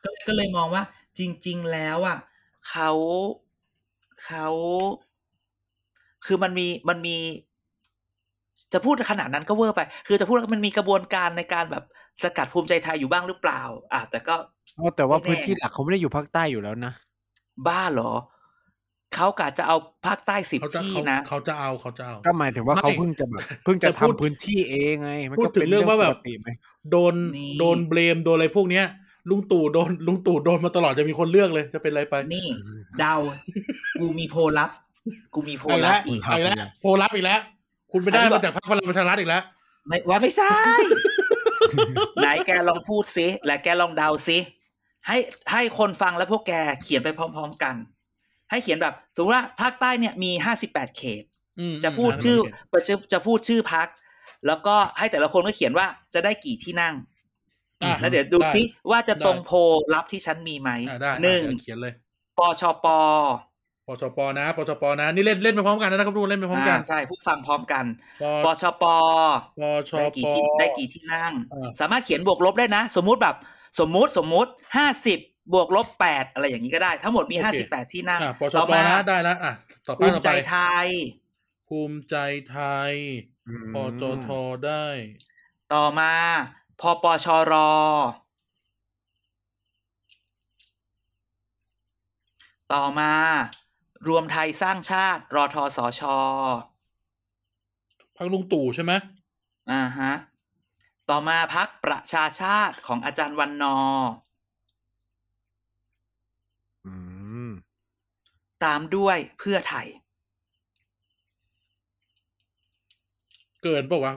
S1: ก็ก็เลยมองว่า จริง ๆ แล้วอ่ะเขาเขาคือมันมีมันมี จะพูดขนาดนั้นก็เวอร์ไป คือจะพูดว่ามันมีกระบวนการในการแบบสกัดภูมิใจไทยอยู่บ้างหรือเปล่า อ่ะแต่ก็
S3: เอาแต่ว่า
S1: ไม่แน่
S3: พื้นที่หลักเขาไม่ได้อยู่ภาคใต้อยู่แล้วนะ
S1: บ้าเหรอเขากะจะเอาภาคใต้สิบ
S2: เขาจะ
S1: ที่
S2: เขา
S1: นะ
S2: เขาจะเอาเขาจะเอา
S3: ก็หมายถึงว่า
S2: ไม่
S3: เขาเพิ่งจะแบบเพิ่งจะ
S2: แต่
S3: ทำ
S2: พูด
S3: พื้นที่เองไง มัน
S2: พูด
S3: ก็
S2: ถึ
S3: เป็น
S2: งเรื่อง
S3: เรื่อง
S2: ว่า
S3: ป
S2: แบบ
S3: กติไหม
S2: โดนโดนเบลมโดนอะไรพวกเนี้ย ลุงตู่โดนลุงตู่โดนมาตลอดจะมีคนเลือกเลยจะเป็นอะไรไป
S1: นี่ เดา กูมีโพลลับ กูมีโพล
S2: เอาอีกแล้ว
S1: ลับอีก
S2: เอาอีกแล้วโพลรับอีกแล้ว คุณไปได้
S1: อัน
S2: มา
S1: นี้บอก
S2: จากพรรคพลังประชารัฐอีกแล้ว
S1: ไม่ว่าไม่ใช่ <laughs> ไหนแกลองพูดซิและแกลองเดาซิให้ให้คนฟังและพวกแกเขียนไปพร้อม ๆกัน ให้เขียนแบบสมมติว่าภาคใต้เนี่ยมีห้าสิบแปดเขต
S2: อืม
S1: จะพูด
S2: ม
S1: ชื่อ
S2: โเค
S1: จะจะพูดชื่อพัก แล้วก็ให้แต่ละคนก็เขียนว่าจะได้กี่ที่นั่ง
S2: อ่ะ
S1: แล้วเดี๋ยวดูซิว่าจะตรงโพลลับที่ฉันมีไหม
S2: อ่ะได้
S1: หนึ่ง
S2: อ่ะเดี๋ยวเขียนเลย
S1: ปชป
S2: ปชปนะปชปนะ นี่เล่นเล่นไปพร้อมกันนะครับทุกคนเล่นไปพร้อมกัน
S1: อ่าใช่ผู้ฟังพร้อมกันป
S2: ป
S1: ชป
S2: ปช
S1: ได้กี่
S2: ป
S1: ที่ได้กี่ที่นั่ง
S2: เออ
S1: สามารถเขียนบวกลบได้นะ สมมุติแบบสมมุติสมมุติห้าสิบบวกลบแปดอะไรอย่างนี้ก็ได้ ทั้งหมดมีห้าสิบแปดที่นั่ง
S2: อ่ะปช
S1: ต่อ
S2: ป
S1: มา
S2: นะได้แล้วอ่ะต่อไป
S1: ภูมิ
S2: ต่อ
S1: ใจ
S2: ไป
S1: ไทย
S2: ภูมิใจไทยปจท
S3: อ
S2: ได้
S1: ต่อมาพปชร ต่อมา รวมไทยสร้างชาติ รอทอสอชอ
S2: พักลุงตู่ใช่ไหม
S1: อ่าฮะ ต่อมาพักประชาชาติของอาจารย์วันนอร์
S3: อืม
S1: ตามด้วยเพื่อไทย
S2: เกินปะวะ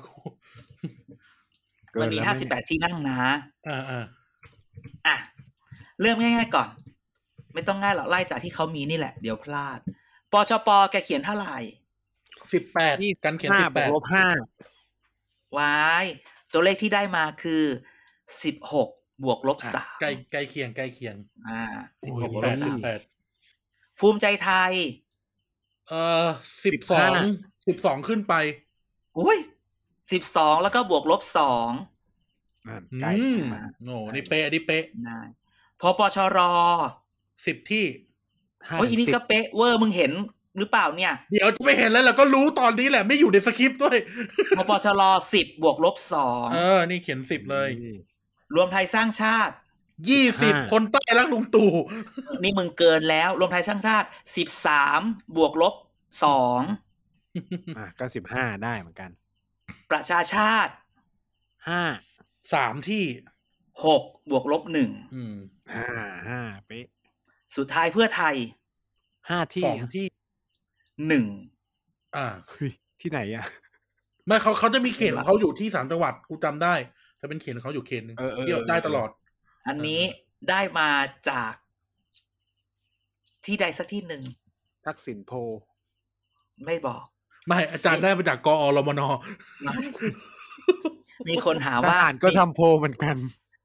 S3: เกิ
S1: มันมี
S3: แล้ว
S1: ห้าสิบ
S3: ไเนี่
S1: แป
S3: ย
S1: ดที่นั่งนะ
S2: อ่าอ่า
S1: อ่ะ เริ่มง่ายๆก่อน ไม่ต้องง่ายหรอกไล่จากที่เขามีนี่แหละ เดี๋ยวพลาดปชปแกเขียนเท่าไหร่
S2: สิบแปดกันเขียน
S3: ห้า
S2: สิบบ แป
S3: วก
S2: ด
S3: ลบห้า
S1: วายตัวเลขที่ได้มาคือสิบหกบวกลบสาม
S2: ใกล้ใกล้เคียงใกล้เคียง
S1: อ่า
S3: โอ้
S1: สิบ
S3: ย
S1: หก
S2: ห
S1: บว
S2: ก
S1: ก
S2: แป
S1: ล
S2: ด
S1: บ
S2: สิ
S1: สา
S2: บ
S1: ม
S2: แปด
S1: ภูมิใจไทย
S2: เอ่อสิบสองสิบสองขึ้นไป
S1: อุ้ยสิบสองแล้วก็บวกลบสอง
S3: อ่าน
S2: อื
S3: ไกล
S2: ม
S3: มาก
S2: โอ้นี่เป๊ะอันนี่เป๊ะ
S1: นะพอปชร
S2: สิบที่
S3: ห้า
S1: โอ้ยอันนี้
S3: สิบ
S1: ก็เป๊ะเวอร์มึงเห็นหรือเปล่าเนี่ย
S2: เดี๋ยวจะไม่เห็นแล้วเราก็รู้ตอนนี้แหละไม่อยู่ในสคริปต์ด้วย
S1: พอปชรสิบบวกลบสอง
S2: เออ นี่เขียนสิบเลย
S3: นี่
S1: รวมไทยสร้างชาติ
S2: ยี่สิบ
S3: ห้า
S2: คนใต้รักลุงตู่
S1: นี่มึงเกินแล้ว รวมไทยสร้างชาติสิบสามบวกลบสอง
S3: อ่ะก็สิบห้าได้เหมือนกัน
S1: ประชาชาติ
S3: ห้า
S2: สามที่
S1: หกบวกลบหนึ่ง
S2: อืม
S3: ห้าห้าเป๊ะ
S1: สุดท้ายเพื่อไทย
S3: ห้าที่
S2: สองที่
S1: หนึ่ง
S2: อ่า
S3: เฮ้ยที่ไหนอ่ะ
S2: ไม่เขาเขาจะมีเขตของเขาอยู่ที่สามจังหวัดกูจำได้ ถ้าเป็นเขตของเขาอยู่เขตหนึง
S3: เออเออ
S2: ที่ได้ตลอด
S1: อันนี้ได้มาจากที่ใดสักที่หนึ่ง
S3: ทักษิณโพล
S1: ไม่บอก
S2: ไม่อาจารย์ได้มาจากกอรมน
S1: มีคนถาม
S3: ท
S1: ว่า
S3: หารก็ทำโพลเหมือนกัน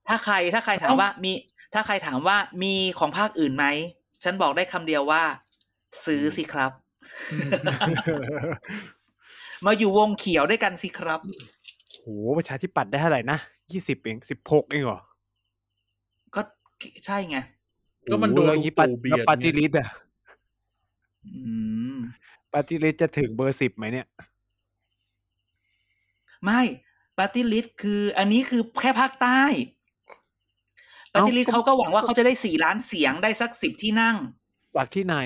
S1: ถ้าใครถ้าใครถามว่ามี ถ้าใครถามว่ามีของภาคอื่นไหม ฉันบอกได้คำเดียวว่า ซื้อสิครับ มาอยู่วงเขียวด้วยกันสิครับ
S3: <laughs> โหประชาธิปัตย์ได้เท่าไหร่นะยี่สิบเองสิบหกเองเหรอ
S1: ก็ใช่ไง
S2: ก็มันโดน
S3: อ้หแล้วอย่างงี้ปัต
S2: ตู่เบียด
S3: แล้วปฏิริษอะ
S1: อืม
S3: ปฏิริษจะถึงเบอร์สิบไหมเนี่ย
S1: ไม่ปาร์ตี้ลิสต์คือ อันนี้คือแค่ภาคใต้ปา
S3: เอ้า
S1: ร์ตี้ลิสต์เขาก็หวังว่าเขาจะได้สี่ล้านเสียงได้สักสิบที่นั่ง
S3: จากที่ไหน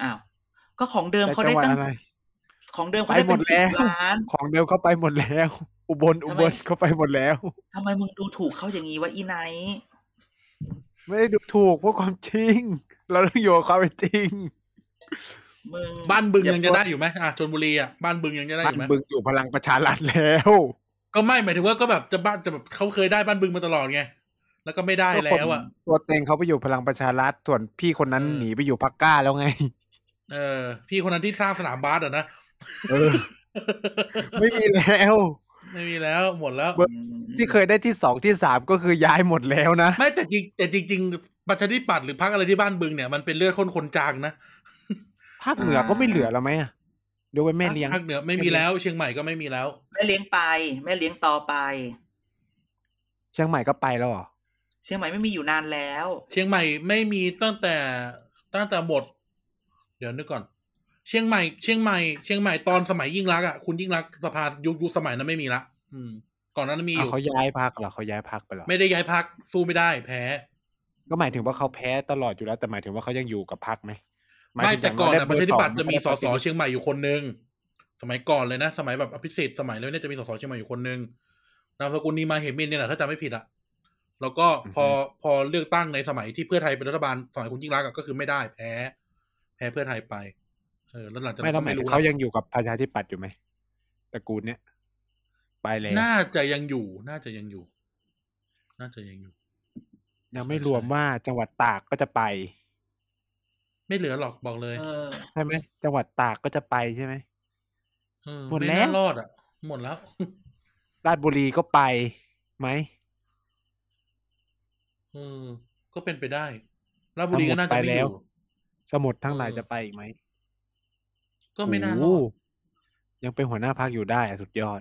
S1: อ้าว ก็ของเดิมเขาได้
S3: จั
S1: ตั้
S3: ง
S1: ง
S3: หวัดอะไร
S1: ของเดิมเขาได้เป็น
S3: ไปหมด
S1: สิ
S3: แล้
S1: บ
S3: ว
S1: ล้าน
S3: ของเดิมเขาไปหมดแล้ว อุบลอุ
S1: ทำไม
S3: บลเขาไปหมดแล้ว
S1: ทำไมมึงดูถูกเขาอย่างนี้วะอีไนท์
S3: ไม่ได้ดูถูกเพราะความจริง เราต้องอยู่กับความเป็นจริง
S1: มึง
S2: บ้านบึงยังจะได้
S1: อย่าโพสต์
S2: อยู่ไหมอ่ะชนบุรีอ่ะบ้านบึงยังจะได้อ
S3: บ้าน
S2: ยู่ไหม
S3: บึงอยู่พลังประชารัฐแล้ว
S2: ก็ไม่หมายถึงว่าก็แบบจะบ้านจะแบบเขาเคยได้บ้านบึงมาตลอดไงแล้วก็ไม่ได้แล้วอ่ะ
S3: ตัวเต็งเขาไปอยู่พลังประชารัฐส่วนพี่คนนั้น
S2: เออ
S3: หนีไปอยู่พักก้าแล้วไง
S2: เออ พี่คนนั้นที่สร้างสนามบาสอ่ะนะ
S3: เอ
S2: <laughs>
S3: อ ไม่มีแล้ว
S2: ไม่มีแล้วหมดแล้ว
S3: เบอร์ ที่เคยได้ที่สองที่สามก็คือย้ายหมดแล้วนะ
S2: ไม่แต่จริงแต่จริง ๆประชาธิปัตย์หรือพรรคอะไรที่บ้านบึงเนี่ยมันเป็นเลือดข้นคนจางนะ
S3: ภาคเหนือก็ไม่เหลือแล้วไหมอะยกเว้นแม่เลี้ยง
S2: ภาคเหนือไม่มีแล้ว เชียงใหม่ก็ไม่มีแล้ว
S1: แม่เลี้ยงไป แม่เลี้ยงต่อไป
S3: เชียงใหม่ก็ไปแล้วเหรอ
S1: เชียงใหม่ไม่มีอยู่นานแล้ว
S2: เชียงใหม่ไม่มีตั้งแต่ตั้งแต่หมด เดี๋ยวนึกก่อน เชียงใหม่ เชียงใหม่เชียงใหม่ตอนสมัยยิ่งรักษณ์อ่ะคุณยิ่งรักษณ์สภายุคยุคสมัยนั้นไม่มีละอืม ก่อนหนานั้นมีอ
S3: อ้าว
S2: ยู่
S3: เขาย้ายพักเหรอเขาย้ายพักไปเหรอ
S2: ไม่ได้ย้ายพักสู้ไม่ได้แพ้
S3: ก็หมายถึงว่าเขาแพ้ตลอดอยู่แล้ว แต่หมายถึงว่าเขายังอยู่กับพักไหมหาย
S2: ไม่
S3: ถึง
S2: แต่ก่อนนะ
S3: ย่ง
S2: ประ
S3: น้
S2: ชา
S3: ย
S2: ธิ
S3: ได้เบอ
S2: ปัตย์จะมีส
S3: สอง
S2: สเชียงใหม่อยู่คนหนึ่งสมัยก่อนเลยนะ สมัยแบบอภิสิทธิ์สมัยแล้วเนี่ยจะมีสสเชียงใหม่อยู่คนหนึ่งนามสกุลนีมาเหมินเนี่ยนะถ้าจำไม่ผิดอะแล้วก็พอพอเลือกตั้งในสมัยที่เพื่อไทยเป็นรัฐบาลสมัยคุณยิ่งรักษณ์อะก็คือไม่ได้แพ้ แพ้เพื่อไทยไป เออแล้วหลังจาก
S3: ไม่
S2: นั้น
S3: แล้
S2: ก็
S3: วหมาย
S2: ไม่
S3: ถึง
S2: รู้
S3: เขายังอยู่กับประชาธิปัตย์อยู่ไหมตระกูลเนี้ยไปแล้ว
S2: น่าจะยังอยู่ น่าจะยังอยู่ น่าจะยังอยู่
S3: ยังไม่
S2: ใช่
S3: รวมว่าจังหวัดตากก็จะไป
S2: ไม่เหลือหรอกบอกเลย
S1: เออ
S3: ใช่ไหมจังหวัดตากก็จะไปใช่ไหม
S2: เออ
S3: หมด
S2: ไม่
S3: แล้ว
S2: น่ารอดอะหมดแล้ว
S3: ราชบุรีก็ไปไหม
S2: เออ ก็เป็นไปได้ราชบุรีก็น่าจะไม่
S3: ไปแล้
S2: อ
S3: ว
S2: ยู่
S3: สมุทรทั้งหลาย
S2: เออ
S3: จะไปอีกไหม
S2: ก็ไม่น่าร
S3: โอ้
S2: อ
S3: โห
S2: ด
S3: ยังเป็นหัวหน้าพักอยู่ได้อะสุดยอด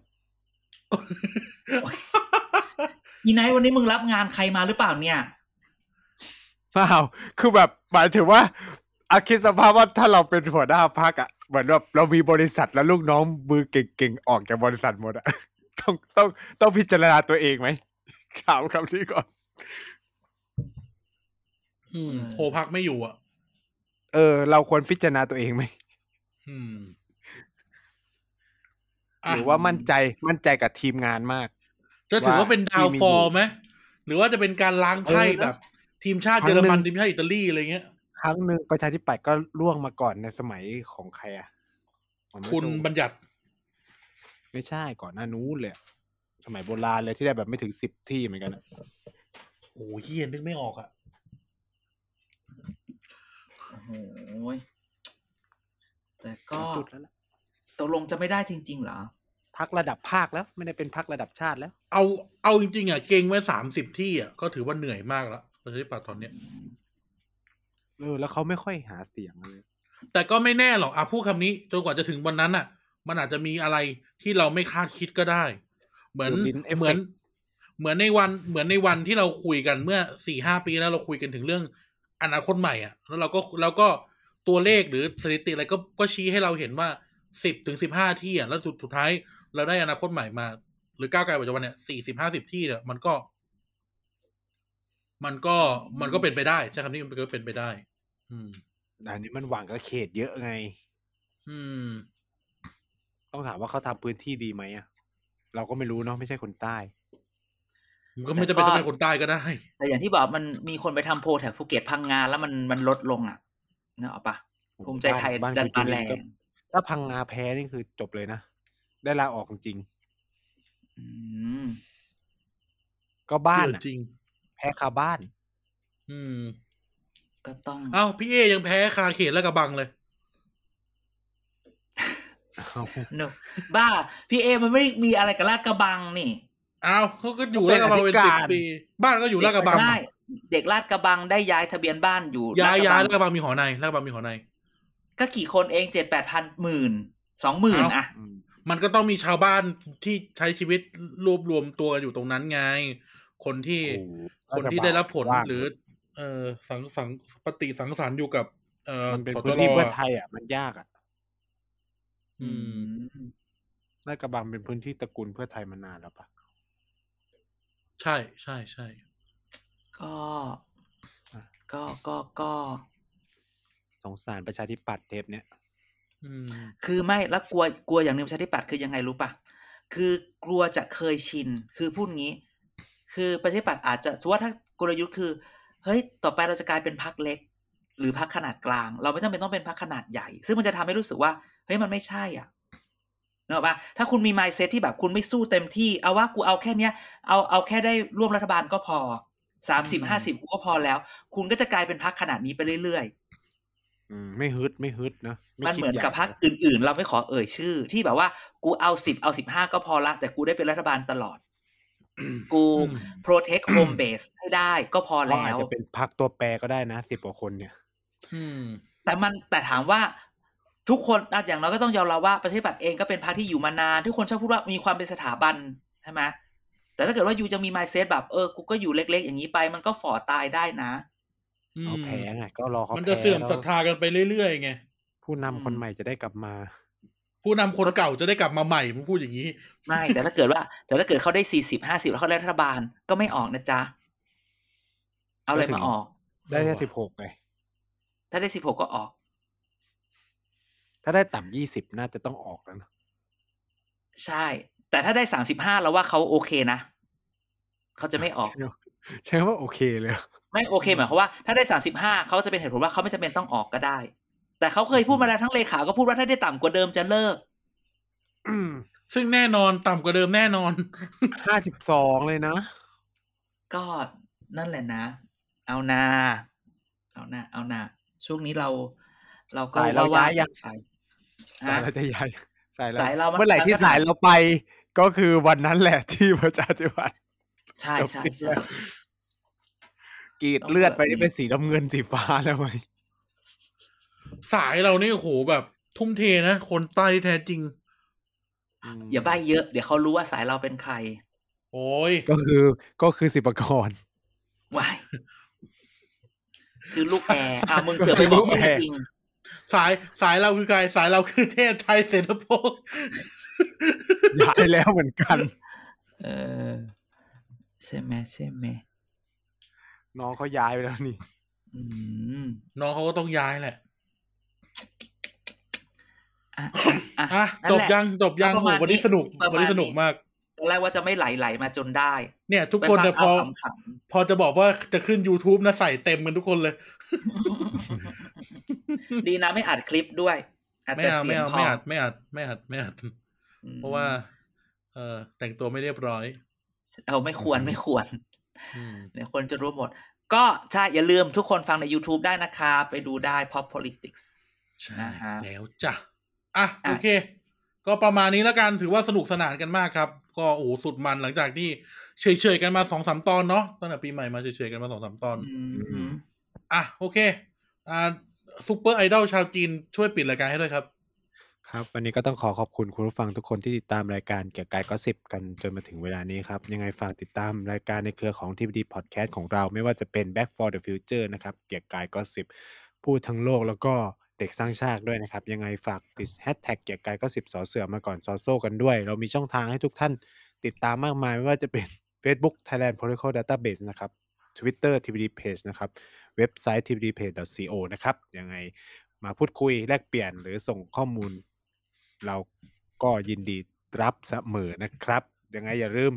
S1: อีไนท์วันนี้มึงรับงานใครมาหรือเปล่าเนี่ย
S3: เปล่าคือแบบหมายถึงว่าอาคิดสภาพว่าถ้าเราเป็นหัวหน้าพักอะเหมือนแบบเรามีบริษัทแล้วลูกน้องมือเก่งๆ ออกจากบริษัทหมดอะ <laughs> ต้องต้องต้องพิจารณาตัวเองไหมถามคำนี้ก่อน
S2: อืม
S1: เออ
S2: โพลพักไม่อยู่อ่ะ
S3: เออ เราควรพิจารณาตัวเองไหม
S2: อืมะ
S3: หรือว่ามั่นใจมั่นใจกับทีมงานมาก
S2: จะถือว่า
S3: ว่า
S2: เป็นดาว
S3: ทีมมี
S2: ฟอร์ไหมหรือว่าจะเป็นการล้างไพ่
S3: เออนะ
S2: แบบ ทีมชาติ
S3: ครั้
S2: เยอ
S3: งหนึ่
S2: รง มันทีมชาติอิตาลีอะไรเงี้ย
S3: ครั้งหนึ่งประชาธิปัตย์ก็ล่วงมาก่อนในสมัยของใครอ่ะผมไม่
S2: คุณ
S3: รู้
S2: บัญญัติ
S3: ไม่ใช่ก่อนหน้านู้นเลยอะสมัยโบราณเลยที่ได้แบบไม่ถึงสิบที่เหมือนกันอะ
S2: โอ้ยเฮียนึกไม่ออกอ่ะ
S1: โอ้โหยแต่ก็
S3: จุดแล้วล่ะ
S1: ตกลงจะไม่ได้จริง ๆ เหรอ
S3: พักระดับภาคแล้ว ไม่ได้เป็นพักระดับชาติแล้ว
S2: เอาเอาจริงๆอ่ะเก่งไว้สามสิบที่อ่ะก็ถือว่าเหนื่อยมากแล้วประชาธิปัตย์ตอนเนี้ย
S3: เออ แล้วเขาไม่ค่อยหาเสียงเลย
S2: แต่ก็ไม่แน่หรอกอ่ะพูดคำนี้จนกว่าจะถึงวันนั้นอ่ะ มันอาจจะมีอะไรที่เราไม่คาดคิดก็ได้ เหมือน
S3: หรือลิ้น effect
S2: เหมือน เหมือนในวันเหมือนในวันที่เราคุยกันเมื่อสี่ห้าปีแล้วเราคุยกันถึงเรื่องอนาคตใหม่อ่ะ แล้วเราก็เราก็ตัวเลขหรือสถิติอะไรก็ก็ชี้ให้เราเห็นว่าสิบถึงสิบห้าที่อ่ะแล้วสุดสุดท้ายเราได้อนาคตใหม่มา หรือก้าวไกลปัจจุบันเนี่ยสี่สิบห้าสิบที่เนี่ยมันก็ มันก็มันก็เป็นไปได้ใช่คำนี้มันก็เป็นไปได้ อืม
S3: อันนี้มันหวังกับเขตเยอะไง
S2: อืม
S3: ต้องถามว่าเขาทำพื้นที่ดีไหมอะเราก็ไม่รู้เนาะไม่ใช่คนใต้
S2: มันก็ไม่จำเป็น
S1: แต่
S2: ต้อ
S1: ก็
S2: งเป็นคนใต้ก็ได้
S1: แต่อย่างที่บอกมันมีคนไปทำโพลแถบภูเก็ตพังงาแล้วมันมันลดลงอ่ะเนกอะปะ ภูมิใจไทย
S3: บ้าน
S1: ดัน
S3: คุณจุลิ
S1: มาแรง
S3: ก็ถ้าพังงาแพ้นี่คือจบเลยนะ ได้ลาออกจริง
S1: อืม
S3: ๆก็บ้านอะ
S2: จริง
S3: แพ้คา
S2: <laughs>
S3: บ้าน
S2: อืม
S1: ก็ต้อง
S2: เอ้าพี่เอยังแพ้คาเขตและกระบังเลย
S1: หนุบ้า พี่เอมันไม่มีอะไรกับลาดกระบังนี่
S2: เอ้าเขาก็อยู่
S3: เป็
S2: และ
S3: น
S2: กระบังเป็นสิบ
S3: อธิการ
S2: ปี บ้านก็อยู่และกระบัง
S1: ได้เด็กลาดกระบังได้ย้ายทะเบียนบ้านอยู่
S2: ย้าย
S1: ลดกระ
S2: ย้าย
S1: บัง
S2: และกระบังมีหอในและกระบังมีหอใน
S1: ก็กี่คนเองเจ็ดแปดพันหมื่นสองหมื่น
S2: เอ้า
S1: อะ
S3: อืม
S2: มันก็ต้องมีชาวบ้านที่ใช้ชีวิตรวบรวมตัวกันอยู่ตรงนั้นไง คนที่
S3: โอ้โห
S2: คนที่ได้รับผล
S3: ว่าง
S2: หรือ เออสังสังปฏิสังสรรค์อยู่กับ เออ
S3: มันเป็น
S2: สจ
S3: พื้นที่
S2: ร
S3: เพื่อไทยอ่ะมันยากอ่ะ
S2: อืม
S3: ลาดกระบังเป็นพื้นที่ตระกูลเพื่อไทยมานานแล้วปะ
S2: ใช่ใช่ใช่
S1: ก็ ก็ก็ก็
S3: สงสารประชาธิปัตย์เทปเนี้ย
S2: อืม
S1: คือไม่แล้วกลัวกลัวอย่างหนึ่งประชาธิปัตย์คือยังไงรู้ป่ะ คือกลัวจะเคยชิน คือพูดงี้ คือประชาธิปัตย์อาจจะสมมุติว่าถ้ากลยุทธ์คือ เฮ้ย ต่อไปเราจะกลายเป็นพักเล็ก หรือพักขนาดกลาง เราไม่จำเป็นต้องเป็นพักขนาดใหญ่ ซึ่งมันจะทำให้รู้สึกว่า เฮ้ย มันไม่ใช่อ่ะเนกอะปะถ้าคุณมีไมเซ็ตที่แบบคุณไม่สู้เต็มที่ เอาว่ากูเอาแค่เนี้ย เอาเอาแค่ได้ร่วมรัฐบาลก็พอสามสิบห้าสิบกูก็พอแล้ว คุณก็จะกลายเป็นพักขนาดนี้ไปเรื่อยๆ
S3: อืมไม่ฮึดไม่ฮึดนะ
S1: มัน
S3: ไคิด
S1: เหมือน
S3: ใญ่
S1: กับพักอื่นๆ เราไม่ขอเอ่ยชื่อ ที่แบบว่ากูเอาสิบเอาสิบห้าก็พอละ แต่กูได้เป็นรัฐบาลต
S3: <coughs>
S1: ลอด กู
S2: อืม
S1: โปรเทคโฮมเบสให้ได้ก็พอ
S3: เขา
S1: แล้
S3: อาจ
S1: ว
S3: จะเป็นพักตัวแปรก็ได้นะสิบกว่าคนเนี่ย
S2: อืม
S1: แต่มันแต่ถามว่าทุกคนอ่ะอย่างเราก็ต้องยอมรับว่าประชาธิปัตย์เองก็เป็นพรรคที่อยู่มานาน ทุกคนชอบพูดว่ามีความเป็นสถาบันใช่ไหมแต่ถ้าเกิดว่าอยู่จะมีไมเซ็ตแบบเออกูก็อยู่เล็ก ๆ อย่างนี้ไป มันก็ฝ่อตายได้นะ
S3: เอาแพ้ไงก็รอเขา
S2: มัน
S3: แพ้
S2: จะเสื่อม
S3: แล้ว
S2: ศรัทธากันไปเรื่อยๆไง
S3: ผู้นำคนใหม่จะได้กลับมา
S2: ผู้นำคนเก่าจะได้กลับมาใหม่มึงพูดอย่างนี้
S1: ไม่ แต่ถ้าเกิดว่า แต่ถ้าเกิดเขาได้สี่สิบห้าสิบแล้วเขาได้รัฐบาลก็ไม่ออกนะจ๊ะเอาอะไรมาออก
S3: ได้
S2: เออ
S3: แค่
S2: ว่ะ
S3: สิบหกไง
S1: ถ้าได้สิบหกก็ออก
S3: ถ้าได้ต่ำยี่สิบน่าจะต้องออกแล้วนะ
S1: ใช่ แต่ถ้าได้สามสิบห้าแล้วว่าเขาโอเคนะ เขาจะไม่ออก
S3: ใช่ว่า <laughs> ใช่ว่าโอเคเลยอะ <coughs>
S1: ไม่โอเคหมายความว่าถ้าได้สามสิบห้าเขาจะเป็นเหตุผลว่าเขาไม่จำเป็นต้องออกก็ได้ แต่เขาเคยพูดมาแล้วทั้งเลขา ก็พูดว่าถ้าได้ต่ำกว่าเดิมจะเลิก
S2: ซึ่งแน่นอนต่ำกว่าเดิมแน่นอน
S3: ห้าสิบสองเลยนะ
S1: ก็นั่นแหละนะ เอานา เอานาเอานาช่วงนี้เรา เราก็
S3: สายเรา
S1: ว่า
S3: ย้ายยัง
S1: ไป
S3: สาย
S1: ฮะ
S3: เราจะย้ายสายเรา
S1: สายเรามัน
S3: เมื่อไหร่ที่สายเราไป ก็คือวันนั้นแหละ <laughs> ที่ประชาธิปัตย์
S1: ใช่ใช่ใช่
S3: <laughs> กรีดเลือดไปนี่เป็นสีน้ำเงินสีฟ้าแล้วไหม
S2: สายเรานี่โอ้โหแบบ ทุ่มเทนะ คนใต้แท้จริง
S3: ม
S1: อย่าใบเยอะเดี๋ยวเขารู้ว่าสายเราเป็นใคร
S2: โอ้ย
S3: ก็คือก็คือสิบประกร <laughs>
S1: วาย <laughs> คือลูกแอร์
S2: <laughs>
S1: อ่ะมึงเสือกไปบอกชื่อจริง
S2: สายสายเราคือใครสายเราคือเทพไทยเสนาโพก
S3: ย้ายแล้วเหมือน <laughs> กัน
S1: เออใช่ไหมใช่ไหม
S3: น้องเขาย้ายไปแล้วนี่
S1: อืม
S2: น้องเขาก็ต้องย้ายแหละ
S1: อ่ะอ่ะ
S2: อ่ะ
S1: นั่น
S2: จบ
S1: แหละ
S2: ยังจบยัง
S1: ประมาณ
S2: โหวันนี้
S1: นี้
S2: สนุก
S1: ประมาณ
S2: วันนี้สนุก
S1: นี้
S2: มาก
S1: ตอนแรกว่าจะไม่ไหลๆมาจนได้
S2: เนี่ย ทุก
S1: ไป
S2: คน
S1: ฟัง
S2: เนี่ยพ
S1: เอา
S2: อ
S1: ขำ
S2: พอจะบอกว่าจะขึ้น YouTube นะใส่เต็มกันทุกคนเลย
S1: ๆดีนะไม่อัดคลิปด้วยอัด
S2: ไม่
S1: แต่
S2: เอา
S1: เสี
S2: ไม่
S1: ยง
S2: เอา
S1: พ
S2: ไม่อัดไม่อัดไม่อัดไม่อัดเพราะว่า เออแต่งตัวไม่เรียบร้อย
S1: เอาไม่
S2: <laughs>
S1: ควรไม่ควร
S2: อืม
S1: เนี่ยวคนจะรู้หมด ก็ใช่อย่าลืมทุกคนฟังใน YouTube ได้นะคะ ไปดูได้ Pop Politics
S2: ใช่
S1: นะฮะ
S2: แล้วจ้ะ อ่ะ
S1: อ่ะ
S2: โอเค ก็ประมาณนี้แล้วกันถือว่าสนุกสนานกันมากครับ ก็โอ้โหสุดมันหลังจากที่เฉยๆกันมาสองสามตอนเนาะตั้งแต่ปีใหม่มาเฉยๆกันมาสองสามตอน
S1: อืม
S2: อ่ะ โอเค อ่าซูเปอร์ไอดอลชาวจีนช่วยปิดรายการให้ด้วยครับ
S3: ครับ วันนี้ก็ต้องขอขอบคุณคุณผู้ฟังทุกคนที่ติดตามรายการเกี่ยวกับก็สิบกันจนมาถึงเวลานี้ครับ ยังไงฝากติดตามรายการในเครือของทีวีดีพอดแคสต์ของเราไม่ว่าจะเป็น Back for the Future นะครับ เกี่ยวกับก็สิบพูดทั้งโลกแล้วก็เด็กสร้างชาติด้วยนะครับ ยังไงฝากติดแฮชแท็กเกี่ยวกับก็สิบสอเสือมาก่อนซอโซกันด้วย เรามีช่องทางให้ทุกท่านติดตามมากมาย ไม่ว่าจะเป็น Facebook Thailand Protocol Database นะครับ Twitter TVD Page นะครับเว็บไซต์ tvdpage.co นะครับยังไง มาพูดคุยแลกเปลี่ยนหรือส่งข้อมูล เราก็ยินดีรับเสมอนะครับ ยังไงอย่าลืม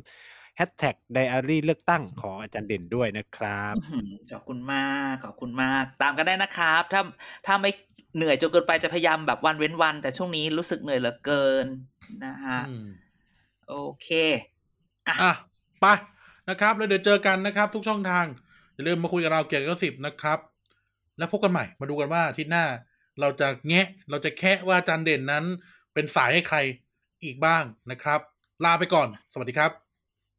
S3: แฮชแท็กไดอารี่เลือกตั้งของอาจารย์เด่นด้วยนะครับ
S1: อื้อหือขอบคุณมาก ขอบคุณมาก ตามกันได้นะครับ ถ้าถ้าไม่เหนื่อยจนเกินไปจะพยายามแบบวันเว้นวัน แต่ช่วงนี้รู้สึกเหนื่อยเหลือเกินนะฮะ
S2: อืม
S1: โอเค
S2: อ่ะไปนะครับแล้วเดี๋ยวเจอกันนะครับ ทุกช่องทาง อย่าลืมมาคุยกับเราเกี่ยวกับสิบนะครับ แล้วพบกันใหม่มาดูกันว่าอาทิตย์หน้า เราจะแงะเราจะแคะว่าอาจานเด่นนั้น เป็นสายให้ใครอีกบ้างนะครับ ลาไปก่อน สวัสดีครับ